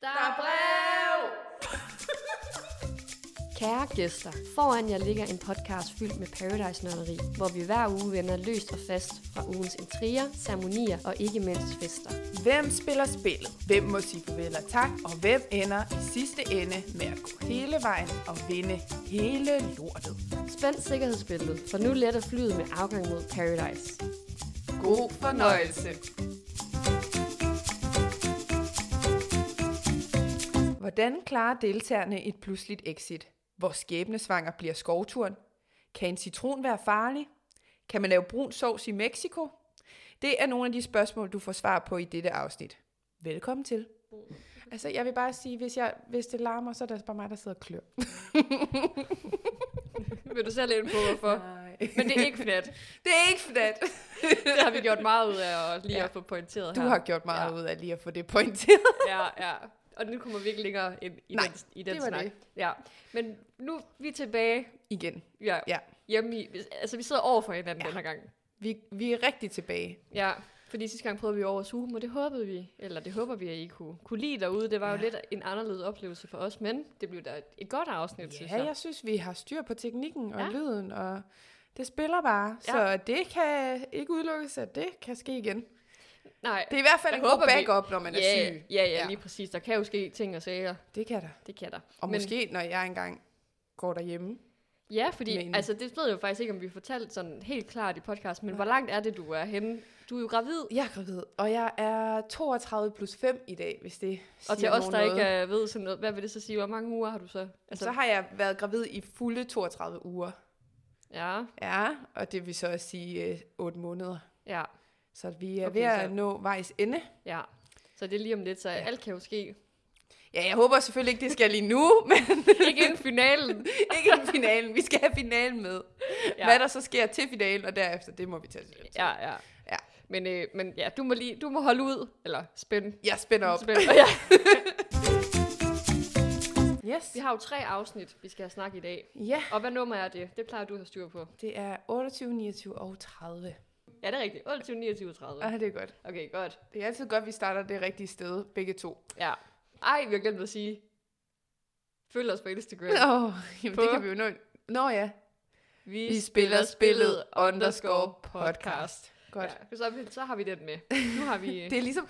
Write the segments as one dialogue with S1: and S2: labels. S1: Der er brev!
S2: Kære gæster, foran jer ligger en podcast fyldt med paradise nørderi, hvor vi hver uge vender løst og fast fra ugens intriger, ceremonier og ikke mindst fester.
S3: Hvem spiller spillet? Hvem må sige farvel og tak? Og hvem ender i sidste ende med at gå hele vejen og vinde hele lortet?
S2: Spænd sikkerhedsbæltet, for nu letter flyet med afgang mod paradise.
S3: God fornøjelse! Hvordan klarer deltagerne et pludseligt exit? Hvor skæbnesvanger bliver skovturen? Kan en citron være farlig? Kan man lave brun sovs i Mexico? Det er nogle af de spørgsmål, du får svar på i dette afsnit. Velkommen til. Altså, jeg vil bare sige, hvis, jeg, hvis det larmer, så er det bare mig, der sidder og klør.
S1: Vil du selv ind på, hvorfor?
S3: Nej.
S1: Men det er ikke fnat.
S3: Det er ikke fnat.
S1: Det har vi gjort meget ud af at lige
S3: Ja.
S1: at få pointeret
S3: Du
S1: her.
S3: har gjort meget
S1: Ja.
S3: ud af lige at få det pointeret.
S1: Ja, ja. Og nu kommer vi ikke længere ind i
S3: Nej,
S1: den, i den
S3: det var
S1: snak.
S3: det.
S1: Ja. Men nu vi er tilbage
S3: Igen.
S1: ja,
S3: Ja.
S1: hjemme i... Altså, vi sidder over for hinanden ja.
S3: Ja.
S1: den her gang.
S3: Vi, vi er rigtig tilbage.
S1: Ja, fordi sidste gang prøvede vi over at suge dem, og det håbede vi, eller det håber vi, at I kunne, kunne lide derude. Det var jo
S3: Ja.
S1: lidt en anderledes oplevelse for os, men det blev da et godt afsnit, synes
S3: Ja,
S1: jeg.
S3: jeg synes, vi har styr på teknikken og
S1: Ja.
S3: ja. lyden, og det spiller bare.
S1: Ja.
S3: Ja. Så det kan ikke udelukkes, at det kan ske igen.
S1: Nej,
S3: Det er i hvert fald
S1: Jeg
S3: en god
S1: håber, vi-
S3: backup, når man
S1: ja,
S3: er syg.
S1: Ja, ja,
S3: Ja.
S1: lige præcis. Der kan jo ske ting og sager.
S3: Det kan der.
S1: Det kan der.
S3: Og
S1: Men-
S3: Men... måske, når jeg engang går derhjemme.
S1: Ja, fordi men...
S3: Men-
S1: altså, det ved jeg jo faktisk ikke, om vi fortalte sådan helt klart i podcast, men hvor langt er det, du er henne? Du er jo gravid,
S3: Jeg er gravid, og jeg er 32 plus 5 i dag, hvis det
S1: og til
S3: siger
S1: os,
S3: nogen
S1: der
S3: noget.
S1: ikke uh, ved sådan noget, hvad vil det så sige? Hvor mange uger har du så?
S3: Altså... Så har jeg været gravid i fulde 32 uger.
S1: Ja,
S3: Ja, og det vil så også sige øh, 8 måneder.
S1: ja,
S3: Så vi er
S1: Okay,
S3: okay, ved at
S1: så-
S3: nå vejs ende.
S1: ja. Så det er lige om lidt, så ja. alt kan jo ske.
S3: Ja, jeg håber selvfølgelig ikke, det skal lige nu, men
S1: Ikke inden finalen.
S3: ikke i finalen. Vi skal have finalen med.
S1: Ja.
S3: Ja. Hvad der så sker til finalen, og derefter, det må vi tage til.
S1: Ja, ja.
S3: Ja.
S1: Men, øh, men ja, du må, lige, du må holde ud, eller spænde.
S3: Jeg spænder op.
S1: Spænd. Ja.
S3: Yes.
S1: Vi har jo tre afsnit, vi skal have snak i dag.
S3: Ja,
S1: Og hvad nummer er det? Det plejer du at have styr på.
S3: det er 28, 29 og 30.
S1: Ja, det er rigtigt. 28, 29, 30.
S3: Ah, det er godt.
S1: Okay, godt.
S3: Det er altid godt, vi starter det rigtige sted, begge to.
S1: Ja. Ej, vi har glemt at sige. Følg os på Instagram.
S3: Åh, oh, jamen,
S1: På-
S3: det kan vi jo nå. Nå ja.
S1: Vi,
S3: Godt.
S1: Ja, så, har vi- så har vi den med. Nu har vi...
S3: Ja. Det er ligesom,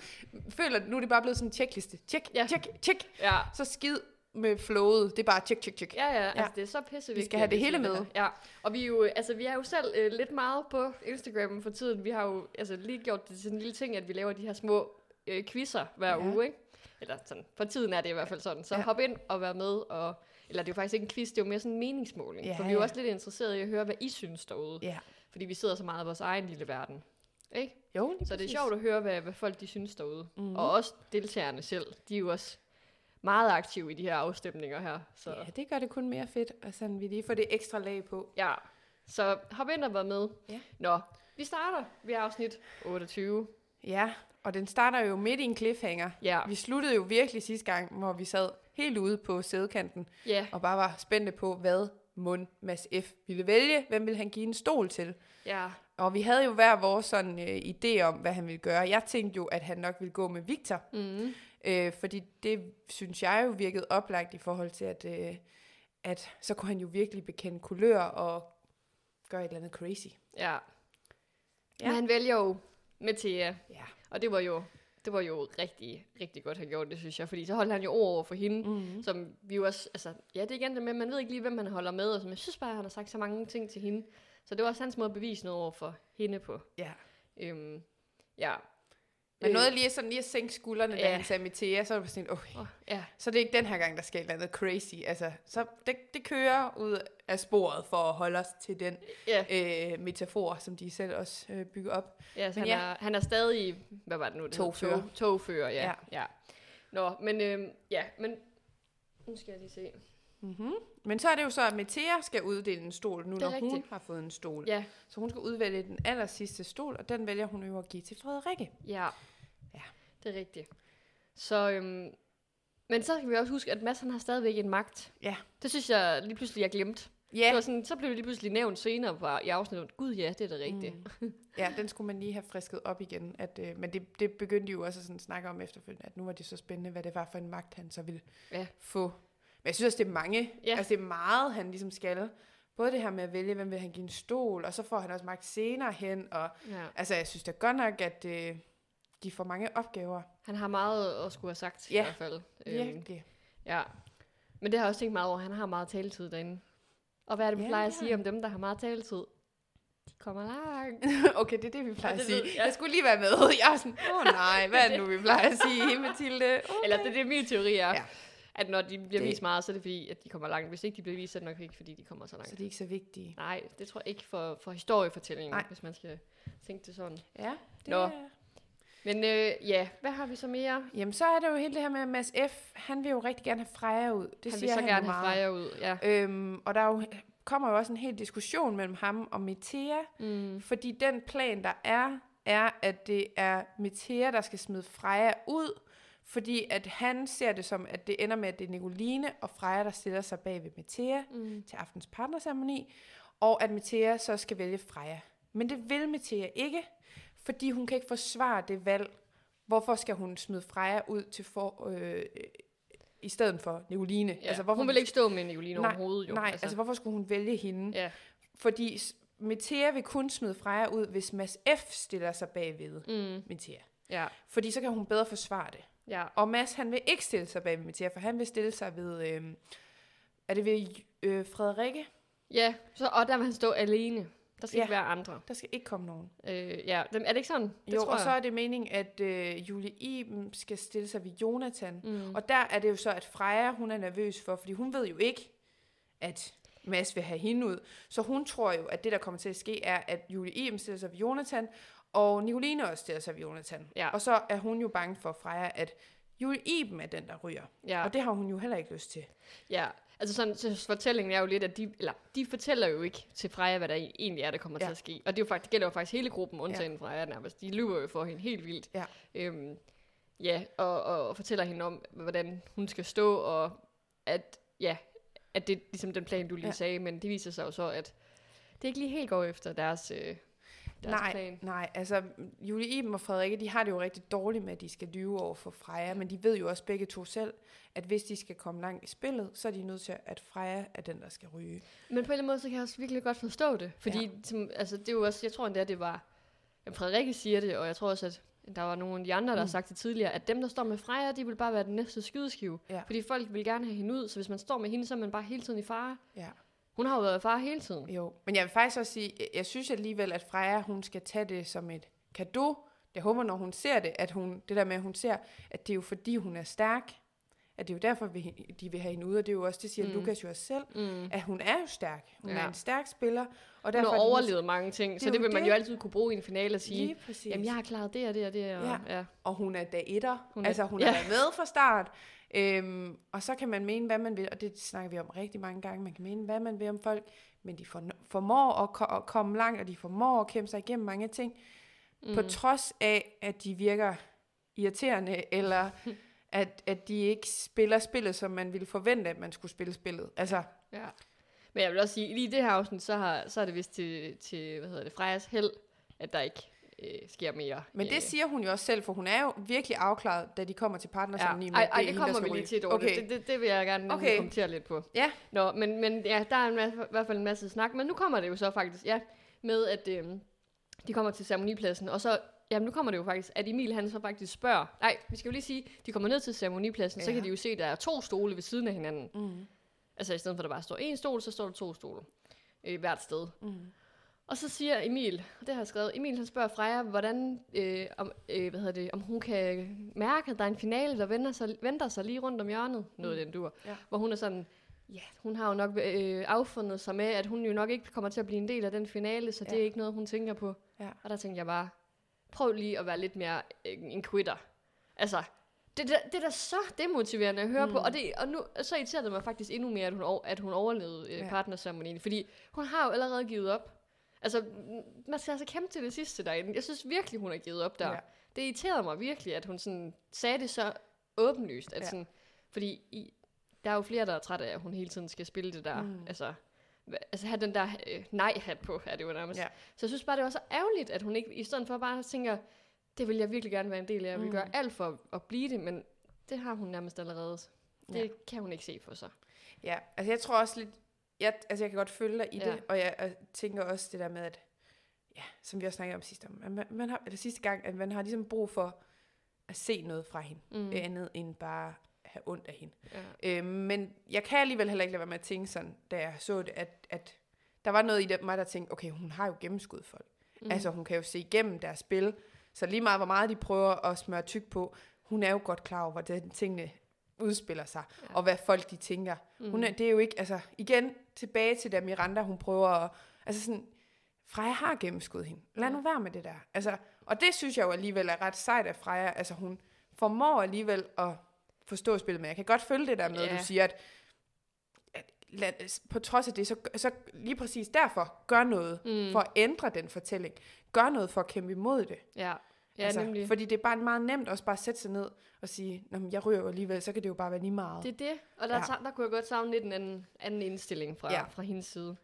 S3: føler du, nu er det bare blevet sådan en checkliste. Check,
S1: Ja.
S3: ja. check, check.
S1: Ja.
S3: Så skid med flowet. Det er bare check, check, check.
S1: Ja, ja, altså
S3: Ja.
S1: det er så pisse
S3: Vi skal have det hele med.
S1: Ja, og vi er jo, altså, vi er jo selv øh, lidt meget på Instagram for tiden. Vi har jo altså, lige gjort det til en lille ting, at vi laver de her små øh, quizzer hver
S3: Ja.
S1: uge, ikke? Eller sådan, for tiden er det i hvert fald sådan. Så ja.
S3: Ja.
S1: hop ind og vær med, og, eller det er jo faktisk ikke en quiz, det er jo mere sådan en meningsmåling. Ja,
S3: Ja,
S1: for vi er jo
S3: ja.
S1: også lidt interesserede i at høre, hvad I synes derude. Ja.
S3: Ja.
S1: Fordi vi sidder så meget i vores egen lille verden. Ikke?
S3: Jo, lige
S1: Så det er
S3: præcis. Mhm.
S1: sjovt at høre, hvad, hvad folk de synes derude. Mm. Og også deltagerne selv, de er jo også meget aktive i de her afstemninger her. Så.
S3: Ja, det gør det kun mere fedt, og sådan vi lige får det ekstra lag på.
S1: Ja, så hop ind og vær med.
S3: Ja.
S1: Nå, vi starter ved afsnit 28.
S3: Ja, og den starter jo midt i en cliffhanger.
S1: Ja,
S3: Vi sluttede jo virkelig sidste gang, hvor vi sad helt ude på sædekanten
S1: ja,
S3: og bare var spændte på, hvad mund Mads F. ville vælge. Hvem ville han give en stol til?
S1: ja,
S3: Og vi havde jo hver vores sådan øh, idé om, hvad han ville gøre. Jeg tænkte jo, at han nok ville gå med Victor,
S1: mm,
S3: øh, fordi det synes jeg jo virkede oplagt i forhold til, at, øh, at så kunne han jo virkelig bekende kulør og gøre et eller andet crazy.
S1: ja.
S3: Ja.
S1: Men han vælger jo Mathia,
S3: Ja.
S1: og det var jo det var jo rigtig, rigtig godt, han gjorde det, synes jeg. Fordi så holdt han jo ord over for hende,
S3: Mm-hmm.
S1: mm. som vi jo også... Altså, ja, det er igen det med, man ved ikke lige, hvem han holder med, og som jeg synes bare, han har sagt så mange ting til hende. Så det var også hans måde at bevise noget over for hende på.
S3: ja.
S1: Øhm, ja.
S3: Men
S1: Øh,
S3: noget lige sådan lige at sænke skuldrene,
S1: Ja.
S3: da han sagde Metea, så er det bare sådan, okay,
S1: åh, ja,
S3: så det er ikke den her gang, der skal et eller andet crazy. Altså, så det, det kører ud af sporet for at holde os til den
S1: ja.
S3: øh, metafor, som de selv også øh, bygger op.
S1: Ja, så
S3: Men
S1: han,
S3: ja.
S1: Er, han er stadig, hvad var det nu? Det hed?
S3: Togfører.
S1: Tog, togfører, ja. ja.
S3: Ja.
S1: ja. Nå, men øhm, ja, men nu skal jeg lige se.
S3: Mhm. Men så er det jo så, at Metea skal uddele en stol, nu
S1: Det er
S3: når rigtigt. hun
S1: rigtigt.
S3: har fået en stol.
S1: Ja,
S3: Så hun skal udvælge den aller sidste stol, og den vælger hun jo at give til Frederikke.
S1: ja.
S3: Ja.
S1: Det er rigtigt. Så, øhm, men så skal vi også huske, at Mads han har stadigvæk en magt.
S3: Ja.
S1: Det synes jeg lige pludselig, jeg glemte.
S3: Ja,
S1: Det var sådan, så blev det lige pludselig nævnt senere på, i afsnittet, gud ja, det er det rigtige. Mm.
S3: ja, den skulle man lige have frisket op igen. At, øh, men det, det begyndte de jo også at sådan snakke om efterfølgende, at nu var det så spændende, hvad det var for en magt, han så ville
S1: Ja.
S3: få. Men jeg synes også, det er mange.
S1: Ja.
S3: Altså, det er meget, han ligesom skal. Både det her med at vælge, hvem vil han give en stol, og så får han også magt senere hen. Og,
S1: Ja.
S3: altså, jeg synes da godt nok, at øh, de får mange opgaver.
S1: Han har meget at skulle have sagt, i
S3: Ja.
S1: hvert fald. Øhm,
S3: Virkelig.
S1: ja. Men det har jeg også tænkt meget over, han har meget taletid derinde. Og hvad er det, man ja,
S3: Ja,
S1: plejer at
S3: det
S1: sige
S3: har
S1: om dem, der har meget taletid? De kommer langt.
S3: okay, det er det, vi plejer
S1: Ja,
S3: at
S1: det
S3: sige.
S1: ved jeg.
S3: Jeg skulle lige være med. Jeg er sådan, åh oh, nej, hvad er det nu, vi plejer at sige, Mathilde? Oh,
S1: Eller det, er det min teori er,
S3: Ja.
S1: ja. at når de bliver
S3: Det-
S1: det. vist meget, så er det fordi, at de kommer langt. Hvis ikke de bliver vist, så er det nok ikke, fordi de kommer så langt.
S3: Så det er ikke så vigtigt.
S1: Nej, det tror jeg ikke for, for historiefortællingen,
S3: Nej.
S1: Nej. hvis man skal tænke det sådan.
S3: Ja, det
S1: Nå.
S3: er...
S1: Men øh, ja, hvad har vi så mere?
S3: Jamen, så er det jo hele det her med, at Mads F., han vil jo rigtig gerne have Freja ud. Det
S1: Det han vil
S3: siger
S1: så
S3: han
S1: gerne
S3: jo
S1: have
S3: meget.
S1: Freja ud. Ja.
S3: Øhm, og der er jo, kommer jo også en hel diskussion mellem ham og Metea,
S1: Mm.
S3: fordi den plan, der er, er, at det er Metea, der skal smide Freja ud, fordi at han ser det som, at det ender med, at det er Nicoline og Freja, der stiller sig bag ved Metea
S1: Mm.
S3: til aftens partnerceremoni, og at Metea så skal vælge Freja. Men det vil Metea ikke, fordi hun kan ikke forsvare det valg. Hvorfor skal hun smide Freja ud til for, øh, øh, i stedet for Nicoline?
S1: Ja. Altså, hvorfor hun vil ikke stå med en Nicoline
S3: Nej,
S1: overhovedet, jo.
S3: Nej, altså. altså hvorfor skulle hun vælge hende?
S1: Ja.
S3: Fordi s- Metea vil kun smide Freja ud, hvis Mads F. stiller sig bagved
S1: Mm.
S3: Metea.
S1: Ja.
S3: Fordi så kan hun bedre forsvare det.
S1: Ja.
S3: Og Mads, han vil ikke stille sig bag ved Metea, for han vil stille sig ved... Øh, er det ved øh, Frederikke?
S1: ja, så, og der vil han stå alene. Der skal
S3: Ja.
S1: ja. ikke være andre.
S3: Der skal ikke komme nogen.
S1: Øh, ja, dem, er det ikke sådan? Det
S3: jo,
S1: tror
S3: og så
S1: jeg.
S3: er det meningen, at øh, Julie Iben skal stille sig ved Jonathan.
S1: Mm.
S3: Og der er det jo så, at Freja, hun er nervøs for, fordi hun ved jo ikke, at Mads vil have hende ud. Så hun tror jo, at det, der kommer til at ske, er, at Julie Iben stiller sig ved Jonathan, og Nicoline også stiller sig ved Jonathan.
S1: Ja.
S3: Og så er hun jo bange for Freja, at Julie Iben er den, der ryger.
S1: Ja.
S3: Og det har hun jo heller ikke lyst til.
S1: Ja, altså sådan, så fortællingen er jo lidt, at de, eller, de fortæller jo ikke til Freja, hvad der e- egentlig er, der kommer ja.
S3: Ja.
S1: til at ske. Og det, er jo faktisk, det gælder jo faktisk hele gruppen, undtagen ja. Freja nærmest. De lyver jo for hende helt vildt.
S3: Ja.
S1: Øhm, ja, og, og, og fortæller hende om, hvordan hun skal stå, og at, ja, at det er ligesom den plan, du lige
S3: Ja.
S1: ja. sagde, men det viser sig jo så, at det ikke lige helt går efter deres, øh, deres
S3: nej,
S1: plan.
S3: nej, altså Julie Iben og Frederikke, de har det jo rigtig dårligt med, at de skal lyve over for Freja, men de ved jo også begge to selv, at hvis de skal komme langt i spillet, så er de nødt til, at Freja er den, der skal ryge.
S1: Men på en eller anden måde, så kan jeg også virkelig godt forstå det. Fordi, ja. som, altså, det er jo også, jeg tror endda, det var, jamen, Frederikke siger det, og jeg tror også, at der var nogle af de andre, der mm. har sagt det tidligere, at dem, der står med Freja, de vil bare være den næste skydeskive.
S3: Ja.
S1: Fordi folk vil gerne have hende ud, så hvis man står med hende, så er man bare hele tiden i fare.
S3: Ja.
S1: Hun har jo været i fare hele tiden.
S3: Jo, men jeg vil faktisk også sige, jeg- jeg synes alligevel, at Freja, hun skal tage det som et kado. Jeg håber, når hun ser det, at hun, det der med, at hun ser, at det er jo fordi, hun er stærk, at det er jo derfor, vi, de vil have hende ude, og det er jo også, det siger mm.
S1: Mm.
S3: Lukas jo også selv,
S1: Mm.
S3: at hun er jo stærk. Hun ja.
S1: Ja.
S3: er en stærk spiller, og
S1: Hun
S3: derfor...
S1: har
S3: er det ligesom-
S1: overlevet mange ting,
S3: Det er
S1: så det
S3: jo
S1: vil man
S3: det.
S1: jo altid kunne bruge i en finale og
S3: Lige,
S1: sige,
S3: lige præcis.
S1: jamen jeg har klaret det og det og det. Og,
S3: Ja.
S1: ja. ja.
S3: og hun er dag etter. Hun
S1: Hun
S3: er,
S1: er-
S3: altså, hun ja.
S1: ja.
S3: har været med fra start. Øhm, og så kan man mene, hvad man vil, og det snakker vi om rigtig mange gange, man kan mene, hvad man vil om folk, men de for, formår at, ko- at komme langt, og de formår at kæmpe sig igennem mange ting, mm. på trods af, at de virker irriterende, eller at, at de ikke spiller spillet, som man ville forvente, at man skulle spille spillet. Altså,
S1: Ja. Men jeg vil også sige, lige i det her afsnit, så, har, så er det vist til, til hvad hedder det, Frejas held, at der ikke øh, sker mere.
S3: men
S1: øh,
S3: det siger hun jo også selv, for hun er jo virkelig afklaret, da de kommer til partnersammenligning. med,
S1: ej,
S3: at
S1: ej, det
S3: er hende, der
S1: kommer
S3: skal
S1: vi lige
S3: ryge.
S1: til, Dorte.
S3: Okay.
S1: Okay. Det, det, det vil jeg gerne
S3: Okay.
S1: okay. kommentere lidt på.
S3: Ja.
S1: Nå, men, men ja, der er en masse, i hvert fald en masse snak, men nu kommer det jo så faktisk, ja, med at øh, de kommer til ceremonipladsen, og så, jamen nu kommer det jo faktisk, at Emil han så faktisk spørger, nej, vi skal jo lige sige, de kommer ned til ceremonipladsen, ja. så
S3: Ja.
S1: kan de jo se, at der er to stole ved siden af hinanden.
S3: Mm.
S1: Altså i stedet for, at der bare står én stol, så står der to stole øh, hvert sted.
S3: Mm.
S1: Og så siger Emil, og det har jeg skrevet, Emil han spørger Freja, hvordan, øh, om, øh, hvad hedder det, om hun kan mærke, at der er en finale, der venter sig, venter sig lige rundt om hjørnet. Noget af den dur.
S3: Ja.
S1: Hvor hun er sådan, ja, hun har jo nok øh, affundet sig med, at hun jo nok ikke kommer til at blive en del af den finale, så ja. det
S3: Ja.
S1: er ikke noget, hun tænker på.
S3: Ja.
S1: Og der tænkte jeg bare, prøv lige at være lidt mere øh, en quitter. Altså, det, det, det er da så demotiverende at høre mm. på, og, det, og nu så irriterer det mig faktisk endnu mere, at hun, over, at hun overlevede øh,
S3: Ja.
S1: ja. partnerceremonien, fordi hun har jo allerede givet op. Altså, m- man skal altså kæmpe til det sidste derinde. Jeg synes virkelig, hun har givet op der.
S3: Ja.
S1: Ja. Det irriterede mig virkelig, at hun sådan sagde det så åbenlyst. At
S3: Ja.
S1: ja. sådan, fordi I, der er jo flere, der er trætte af, at hun hele tiden skal spille det der. Mm. Altså, hva- altså have den der øh, nej-hat på, er det jo nærmest.
S3: Ja.
S1: Ja. Så jeg synes bare, det var så ærgerligt, at hun ikke, i stedet for bare tænker, det vil jeg virkelig gerne være en del af, jeg vil
S3: Mm.
S1: mm. gøre alt for at blive det, men det har hun nærmest allerede. Det
S3: Ja.
S1: ja. kan hun ikke se for sig.
S3: Ja, altså jeg tror også lidt, jeg, altså jeg kan godt følge dig i ja.
S1: Ja.
S3: det, og jeg og tænker også det der med, at, ja, som vi også snakkede om sidste, om, at man, man har, eller sidste gang, at man har ligesom brug for at se noget fra hende, mm.
S1: Mm.
S3: andet end bare at have ondt af hende.
S1: Ja.
S3: Øh, men jeg kan alligevel heller ikke lade være med at tænke sådan, da jeg så det, at, at der var noget i det, mig, der tænkte, okay, hun har jo gennemskud folk. Mm. Altså hun kan jo se igennem deres spil, så lige meget hvor meget de prøver at smøre tyk på, hun er jo godt klar over, hvordan tingene udspiller sig, ja.
S1: Ja.
S3: og hvad folk de tænker. Mm. Hun er, det er jo ikke, altså igen, tilbage til da Miranda, hun prøver at, altså sådan, Freja har gennemskudt hende. Lad ja. nu være med det der. Altså, og det synes jeg jo alligevel er ret sejt af Freja. Altså hun formår alligevel at forstå spillet, men jeg kan godt følge det der med, ja.
S1: Ja.
S3: du siger, at, at lad, på trods af det, så, så lige præcis derfor, gør noget mm. for at ændre den fortælling. Gør noget for at kæmpe imod det.
S1: Ja, ja altså, nemlig.
S3: Fordi det er bare meget nemt også bare at sætte sig ned og sige, Nå, men jeg ryger jo alligevel, så kan det jo bare være lige meget.
S1: Det er det, og der,
S3: Ja.
S1: ja. der kunne jeg godt savne lidt en anden, anden indstilling fra,
S3: Ja.
S1: ja. fra hendes side.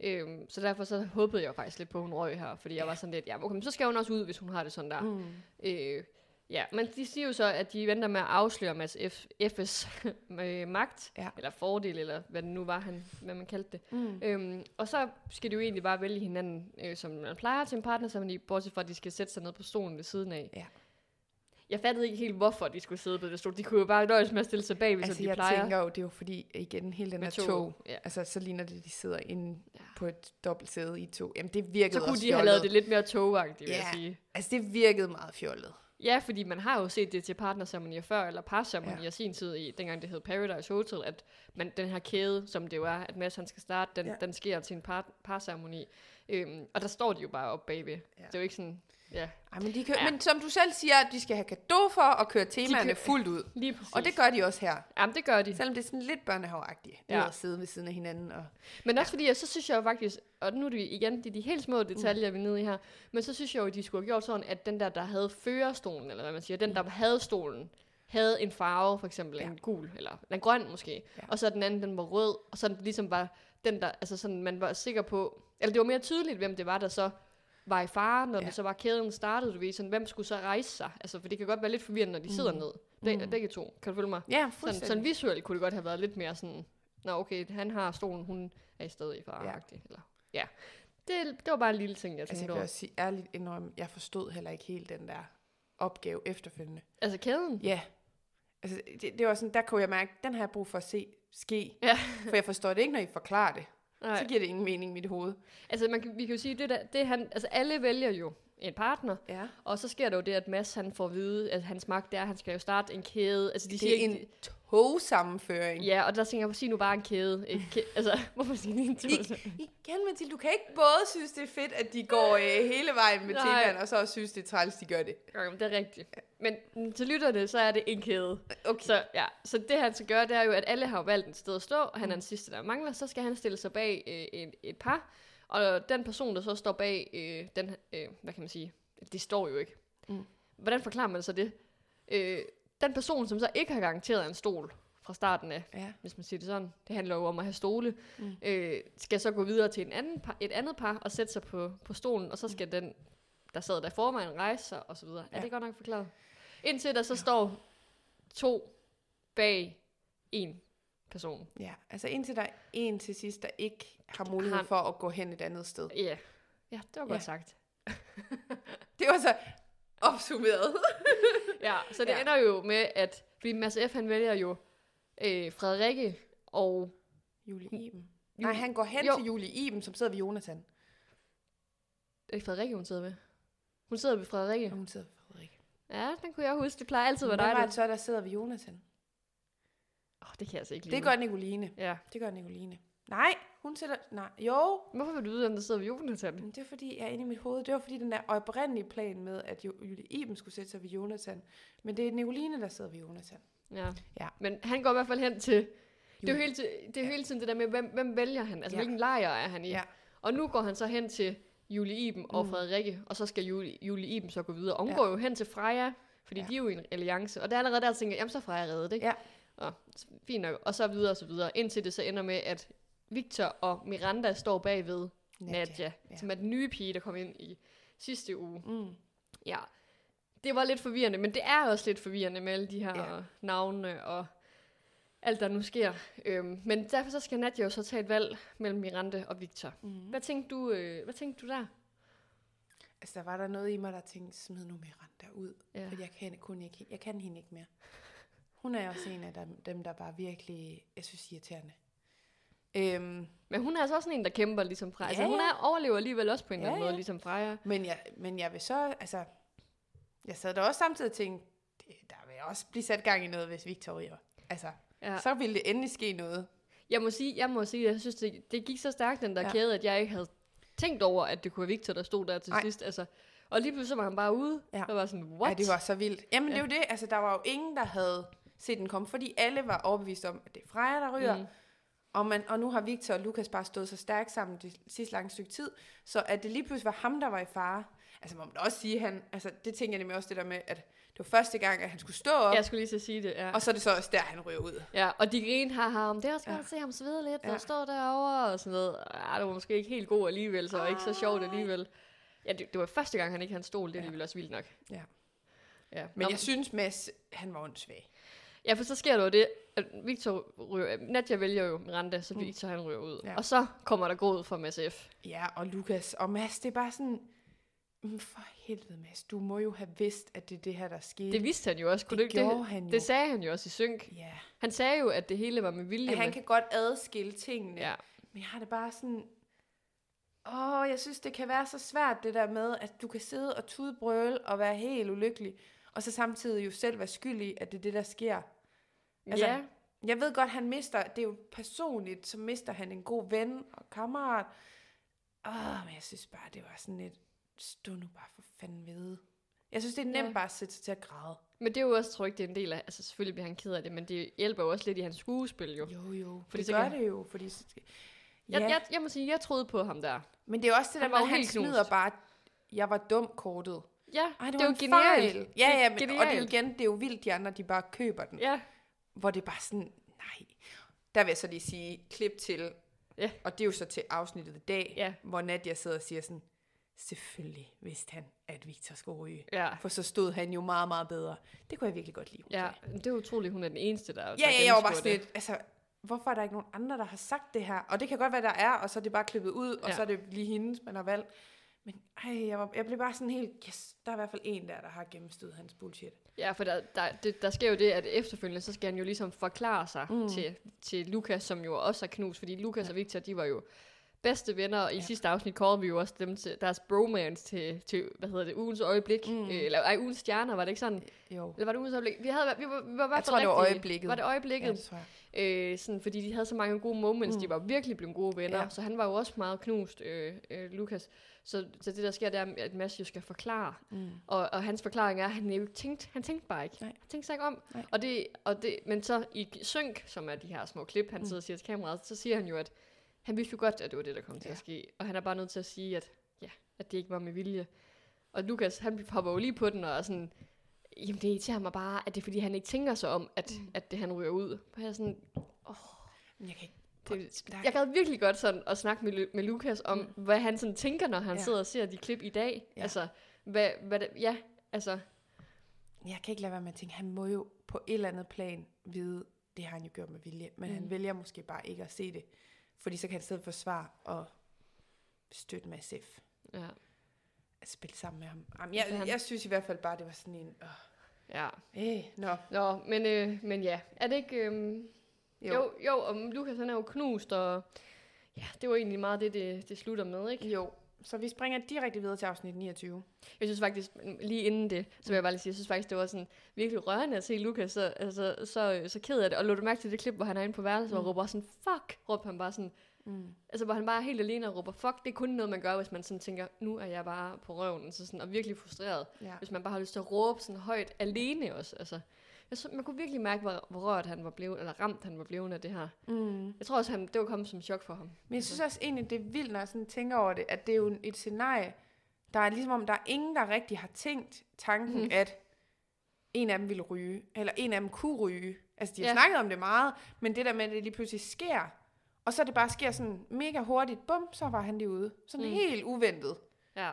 S1: Øhm, så derfor så håbede jeg faktisk lidt på, at hun røg her, fordi jeg var sådan lidt, ja, okay, men så skal hun også ud, hvis hun har det sådan der. Mm. Øh, ja, men de siger jo så, at de venter med at afsløre Mads F. F.'s øh, magt,
S3: Ja.
S1: eller fordel, eller hvad det nu var, han, hvad man kaldte det.
S3: Mm.
S1: Øhm, og så skal de jo egentlig bare vælge hinanden, øh, som man plejer til en partner, så man lige, bortset fra, at de skal sætte sig ned på stolen ved siden af.
S3: Ja.
S1: Jeg fattede ikke helt, hvorfor de skulle sidde på det stol. De kunne jo bare nøjes med at stille sig bagved,
S3: Altså
S1: som de
S3: jeg
S1: plejer.
S3: tænker jo, det er jo fordi, igen, hele den her
S1: med
S3: tog,
S1: tog.
S3: tog
S1: Ja.
S3: altså så ligner det, at de sidder inde
S1: Ja.
S3: på et dobbelt sæde i to. Jamen det virkede
S1: Så kunne
S3: også
S1: de have
S3: fjollet.
S1: lavet det lidt mere togagtigt, vil
S3: Ja.
S1: jeg sige.
S3: Altså det virkede meget fjollet.
S1: Ja, fordi man har jo set det til partnerceremonier før, eller parceremonier ja. sin tid i, dengang det hed Paradise Hotel, at man, den her kæde, som det jo er, at Mads han skal starte, den,
S3: Ja.
S1: ja. den sker til en par, parceremoni. Øhm, og der står de jo bare oppe bagved.
S3: Ja.
S1: Ja. Det er jo ikke sådan, ja,
S3: Ej, men, de kan, ja.
S1: Ja.
S3: men som du selv siger, de skal have kado for at køre temaerne
S1: kø-
S3: fuldt ud.
S1: lige præcis.
S3: Og det gør de også her.
S1: Jamen, det gør de.
S3: Selvom det er sådan lidt børnehaveagtigt, Mm. ja.
S1: Ja.
S3: at sidde ved siden af hinanden. Og...
S1: Men også fordi, jeg, så synes jeg jo faktisk, og nu er det igen det er de helt små detaljer, vi er nede i her, men så synes jeg jo, at de skulle have gjort sådan, at den der, der havde førerstolen, eller hvad man siger, den der havde stolen, havde en farve, for eksempel
S3: Ja.
S1: ja. en gul, eller en grøn måske,
S3: Ja.
S1: ja. og så den anden, den var rød, og så den ligesom var den der, altså sådan, man var sikker på, eller det var mere tydeligt, hvem det var, der så var i fare, når
S3: Ja.
S1: ja. det så var kæden startede, du ved, sådan, hvem skulle så rejse sig, altså, for det kan godt være lidt forvirrende, når de sidder ned, Beg- begge to, kan du følge mig?
S3: Ja,
S1: Sådan,
S3: fuldstændig.
S1: sådan visuelt kunne det godt have været lidt mere sådan, nå okay, han har stolen, hun er i stedet i fare.
S3: Ja.
S1: Ja. Eller, ja. Det, det var bare en lille ting, jeg
S3: altså, jeg
S1: tænkte
S3: kan
S1: over.
S3: også sige, ærligt indrømme, jeg forstod heller ikke helt den der opgave efterfølgende.
S1: Altså kæden?
S3: Ja. Altså, det, det var sådan, der kunne jeg mærke, den har jeg brug for at se ske.
S1: Ja.
S3: For jeg forstår det ikke, når I forklarer det. Så
S1: Nej.
S3: giver det ingen mening i mit hoved.
S1: Altså man, kan- vi kan jo sige, det der, det han, altså alle vælger jo en partner,
S3: Ja.
S1: og så sker der jo det, at Mads han får at vide, at hans magt det er, at han skal jo starte en kæde. Altså de
S3: Det,
S1: siger
S3: det er
S1: ikke,
S3: en togsammenføring.
S1: Ja, og der tænker jeg, sig nu bare en kæde. Ikke? Kæ- altså, hvorfor siger de en tur?
S3: I, igen, Mathilde, du kan ikke både synes, det er fedt, at de går øh, hele vejen med
S1: Nej.
S3: temaen, og så også synes, det er træls, de gør det.
S1: Ja, men det er rigtigt. Men mm, til lytterne, så er det en kæde. Okay. Så, ja. så det han skal gøre, det er jo, at alle har jo valgt et sted at stå, og han er den sidste, der mangler. Så skal han stille sig bag øh, et, et par, og den person, der så står bag øh, den, øh, hvad kan man sige, de står jo ikke.
S3: Mm.
S1: Hvordan forklarer man så det? Øh, den person, som så ikke har garanteret en stol fra starten af,
S3: Ja.
S1: hvis man siger det sådan, det handler jo om at have stole,
S3: Mm.
S1: mm. øh, skal så gå videre til en anden par, et andet par og sætte sig på, på stolen, og så skal den, der sad der i forvejen, rejse sig osv. Ja. Er
S3: Mm. Ja.
S1: det godt nok forklaret? Indtil der så står to bag en person.
S3: ja. Altså indtil der er en til sidst, der ikke har mulighed
S1: Har-
S3: for at gå hen et andet sted.
S1: Ja, yeah. ja det var
S3: Ja.
S1: godt sagt.
S3: Det var så opsummeret.
S1: Ja, så det
S3: Ja.
S1: ja. ender jo med, at fordi Mads F. han vælger jo øh, Frederikke og
S3: Julie Iben. Nej, han går hen jo.
S1: Jo.
S3: til Julie Iben, som sidder ved Jonathan.
S1: er det Øh, Frederikke, hun sidder ved. Hun sidder ved Frederikke.
S3: Og hun sidder ved Frederik.
S1: Ja, den kunne jeg huske. Det plejer altid at
S3: Mm. Hvem
S1: være dig.
S3: var
S1: der-
S3: det så, der sidder ved Jonathan?
S1: Åh, oh, det kan jeg altså ikke lide.
S3: Det gør Nicoline.
S1: Ja.
S3: Det gør Nicoline. Nej, hun sidder... Nej, jo.
S1: Hvorfor vil du vide, om der sidder ved Jonathan?
S3: Men det er fordi, jeg er inde i mit hoved. Det var fordi, den der oprindelige plan med, at Jo- Julie Iben skulle sætte sig ved Jonathan. Men det er Nicoline, der sidder ved Jonathan.
S1: Ja.
S3: Mm. Ja.
S1: Men han går i hvert fald hen til... Det er jo
S3: Jul.
S1: hele, ti- det er jo hele tiden det der med, hvem, hvem vælger han? Altså,
S3: Ja.
S1: ja. hvilken lejr er han i?
S3: Ja. Mm.
S1: Og nu går han så hen til Julie Iben og Frederikke, og så skal Julie, Julie Iben så gå videre. Og hun
S3: Ja.
S1: ja. går jo hen til Freja, fordi
S3: Ja.
S1: ja. de er jo i en alliance. Og der er allerede der, jeg tænker, jamen så er Freja reddet, ikke?
S3: Ja.
S1: Og, s- fint nok. Og så videre og så videre, indtil det så ender med, at Victor og Miranda står bagved Nadja, Nadja
S3: ja.
S1: som er den nye pige, der kom ind i sidste uge.
S3: Mm.
S1: Ja, det var lidt forvirrende, men det er også lidt forvirrende med alle de her
S3: Ja.
S1: ja. navne og alt, der nu sker. Øhm, men derfor så skal Nadia jo så tage et valg mellem Miranda og Victor.
S3: Mm.
S1: Hvad tænkte du, øh, hvad tænkte du der?
S3: Altså, der var der noget i mig, der tænkte, smid nu Miranda ud.
S1: Ja.
S3: Fordi jeg kan, kun ikke, jeg kan hende ikke mere. Hun er også en af dem, dem der bare virkelig, jeg synes, irriterende. Øhm,
S1: Men hun er altså også sådan en, der kæmper ligesom Freja. Ja, altså,
S3: Ja,
S1: hun
S3: ja.
S1: er, overlever alligevel også på en eller
S3: Ja,
S1: anden måde,
S3: ja.
S1: ligesom Freja.
S3: men, jeg, men jeg vil så, altså, jeg sad der også samtidig og tænkte, det, der vil også blive sat gang i noget, hvis Victor ryger. Altså,
S1: Ja.
S3: ja. så ville det endelig ske noget.
S1: Jeg må sige, jeg må sige, jeg synes, det, det gik så stærkt, den der
S3: Ja.
S1: ja. kæde, at jeg ikke havde tænkt over, at det kunne være Victor, der stod der til
S3: Nej.
S1: Ej. sidst. Altså, og lige pludselig så var han bare ude.
S3: Ja.
S1: Ja. Jeg var sådan,
S3: Ja,
S1: what?
S3: det var så vildt. Jamen, ja. det
S1: Ja.
S3: er jo det, altså, der var jo ingen, der havde set den komme, fordi alle var overbevist om, at det er Freja, der ryger. Mm.
S1: Mm.
S3: Og, man, og nu har Victor og Lukas bare stået så stærkt sammen det sidste lange stykke tid, så at det lige pludselig var ham, der var i fare. Altså må man da også sige, han, altså det tænker jeg nemlig også det der med, at det var første gang, at han skulle stå op,
S1: Jeg skulle lige så sige det, ja.
S3: og så er det så også der, han ryger ud.
S1: Ja, og de griner har ham. Det er også
S3: Ja.
S1: godt at se ham svede lidt,
S3: Ja.
S1: og stå derovre og sådan noget. Ja, det var måske ikke helt god alligevel, så Ej. ikke så sjovt alligevel. Ja, det, det var første gang, han ikke havde en stol. Det er
S3: Ja.
S1: alligevel også vildt nok.
S3: Ja.
S1: ja.
S3: Men
S1: Nå,
S3: jeg synes, Mads, han var åndssvag.
S1: Ja, for så sker der jo det, at Victor ryger, Nadja vælger jo Miranda, så Victor han ryger ud.
S3: Mm. Ja.
S1: Ja. Og så kommer der god for Mads F.
S3: Ja, og Lukas og Mads, det er bare sådan, "Mm, for helvede Mads, du må jo have vidst, at det er det her, der skete.
S1: Det vidste han jo også. Kunne
S3: det
S1: du ikke
S3: gjorde han jo.
S1: Det sagde han jo også i synk.
S3: ja.
S1: Han sagde jo, at det hele var med vilje.
S3: At han
S1: men-
S3: kan godt adskille tingene.
S1: Ja.
S3: Men jeg har det bare sådan... Åh, jeg synes, det kan være så svært, det der med, at du kan sidde og tudbrøle og være helt ulykkelig, og så samtidig jo selv være skyldig, at det er det, der sker. Altså,
S1: ja.
S3: Jeg ved godt, han mister... Det er jo personligt, så mister han en god ven og kammerat. Åh, men jeg synes bare, det var sådan lidt... Stå nu bare for fanden ved. Jeg synes, det er nemt ja.
S1: Ja.
S3: bare at sætte sig til at græde.
S1: Men det er jo også, tror jeg ikke, det er en del af... Altså, selvfølgelig bliver han ked af det, men det hjælper jo også lidt i hans skuespil, jo.
S3: Jo, jo.
S1: Fordi
S3: Fordi det
S1: så
S3: gør
S1: kan-
S3: det jo, fordi...
S1: Jeg, ja. jeg, jeg må sige, jeg troede på ham der.
S3: Men det er også det der
S1: Han var
S3: med, at
S1: jo
S3: han
S1: helt knust.
S3: smider bare, jeg var dum kortet.
S1: Ja,
S3: Ej, det,
S1: det, er
S3: var
S1: jo
S3: en
S1: genialt.
S3: Fejl.
S1: Det
S3: Ja,
S1: er
S3: ja, men, og det er jo
S1: genialt.
S3: igen, det er jo vildt, de andre, de bare køber den. Ja.
S1: Ja,
S3: Hvor det er bare sådan, nej. Der vil jeg så lige sige, klip til,
S1: Ja.
S3: og det er jo så til afsnittet i dag,
S1: Ja.
S3: hvor Nadia sidder og siger sådan, selvfølgelig vidste han, at Victor skulle ryge.
S1: ja.
S3: For så stod han jo meget, meget bedre. Det kunne jeg virkelig godt lide. hun
S1: Ja,
S3: sagde.
S1: men det er utroligt, hun er den eneste, der... der
S3: ja, ja, jeg var bare
S1: gennemskuer
S3: sådan
S1: det.
S3: lidt, altså, hvorfor er der ikke nogen andre, der har sagt det her? Og det kan godt være, der er, og så er det bare klippet ud, og
S1: Ja.
S3: så er det lige hendes, man har valgt. Men ej, jeg, var, jeg blev bare sådan helt, yes, der er i hvert fald en der, der har gennemstødt hans bullshit.
S1: Ja, for der, der, det, der sker jo det, at efterfølgende, så skal han jo ligesom forklare sig mm. til, til Lukas, som jo også er knust, fordi Lukas ja. og Victor, de var jo bedste venner, og i ja. sidste afsnit kårede vi jo også dem til deres bromance til, til hvad hedder det, ugens øjeblik, mm. eller ej, ugens stjerner, var det ikke sådan?
S3: Jo.
S1: Eller var det ugens øjeblik? Vi, havde, vi, var, vi var i hvert
S3: Øh. Jeg
S1: fald
S3: tror, det var
S1: rigtig-
S3: øjeblikket.
S1: Var det
S3: Ja, det
S1: øjeblikket?
S3: tror jeg.
S1: Ja. Øh, sådan, fordi de havde så mange gode moments, mm. de var virkelig blevet gode venner,
S3: Ja.
S1: ja. så han var jo også meget knust, øh, øh, Lukas. Så, så det, der sker, det er, at Mads jo skal forklare,
S3: Mm.
S1: og, og hans forklaring er, at han ikke tænkte, han tænkte bare ikke.
S3: Nej.
S1: Han tænkte sig ikke om.
S3: Nej.
S1: Og det, og det, men så i synk, som er de her små klip,
S3: Mm.
S1: han sidder og siger til kameraet, så siger han jo, at han vidste jo godt, at det var det, der kom til
S3: Ja.
S1: at ske. Og han er bare nødt til at sige, at, ja, at det ikke var med vilje. Og Lukas, han hopper jo lige på den og er sådan, jamen det irriterer mig bare, at det er fordi, han ikke tænker sig om, at, mm. at det, han ryger ud. Og jeg er sådan,
S3: Men jeg kan ikke...
S1: det,
S3: der-
S1: jeg gad virkelig godt sådan at snakke med, Lu- med Lukas om, mm. hvad han sådan tænker, når han
S3: Ja.
S1: ja. sidder og ser de klip i dag.
S3: Ja.
S1: Ja. Altså, hvad, hvad det, ja, altså,
S3: Jeg kan ikke lade være med at tænke, han må jo på et eller andet plan vide, det har han jo gjort med vilje, men mm. han vælger måske bare ikke at se det, fordi så kan han sidde og forsvare og støtte med SF.
S1: ja.
S3: At spille sammen med ham. Altså, Jamen,
S1: Det er
S3: jeg,
S1: han.
S3: jeg synes i hvert fald bare, det var sådan en... Åh,
S1: Ja.
S3: Øh, nå.
S1: Nå, men, øh, men ja. Er det ikke... Øh, jo. jo, jo, og Lukas han er jo knust, og ja, det var egentlig meget det, det, det slutter med, ikke?
S3: Jo. Så vi springer direkte videre til afsnit 29.
S1: Jeg synes faktisk, lige inden det, så vil jeg bare lige sige, jeg synes faktisk, det var sådan virkelig rørende at se Lukas så, altså, så, så ked af det. Og lå du mærke til det klip, hvor han er inde på værelset, mm. og råber sådan, fuck, råber han bare sådan,
S3: Mm.
S1: altså hvor han bare er helt alene og råber, fuck, det er kun noget, man gør, hvis man sådan tænker, nu er jeg bare på røven, så sådan, og virkelig frustreret.
S3: Ja.
S1: Hvis man bare har lyst til at råbe sådan højt alene også. Altså, jeg så, man kunne virkelig mærke, hvor, hvor rørt han var blevet, eller ramt han var blevet af det her.
S3: Mm.
S1: Jeg tror også, han, det var kommet som chok for ham.
S3: Men jeg synes også egentlig, det er vildt, når jeg sådan tænker over det, at det er jo et scenarie, der er ligesom om, der er ingen, der rigtig har tænkt tanken, mm. at en af dem ville ryge, eller en af dem kunne ryge. Altså, de har ja.
S1: Ja.
S3: snakket om det meget, men det der med, at det lige pludselig sker, Og så det bare sker sådan mega hurtigt, bum, så var han det ude. Sådan
S1: Mm.
S3: mm. helt uventet.
S1: Ja.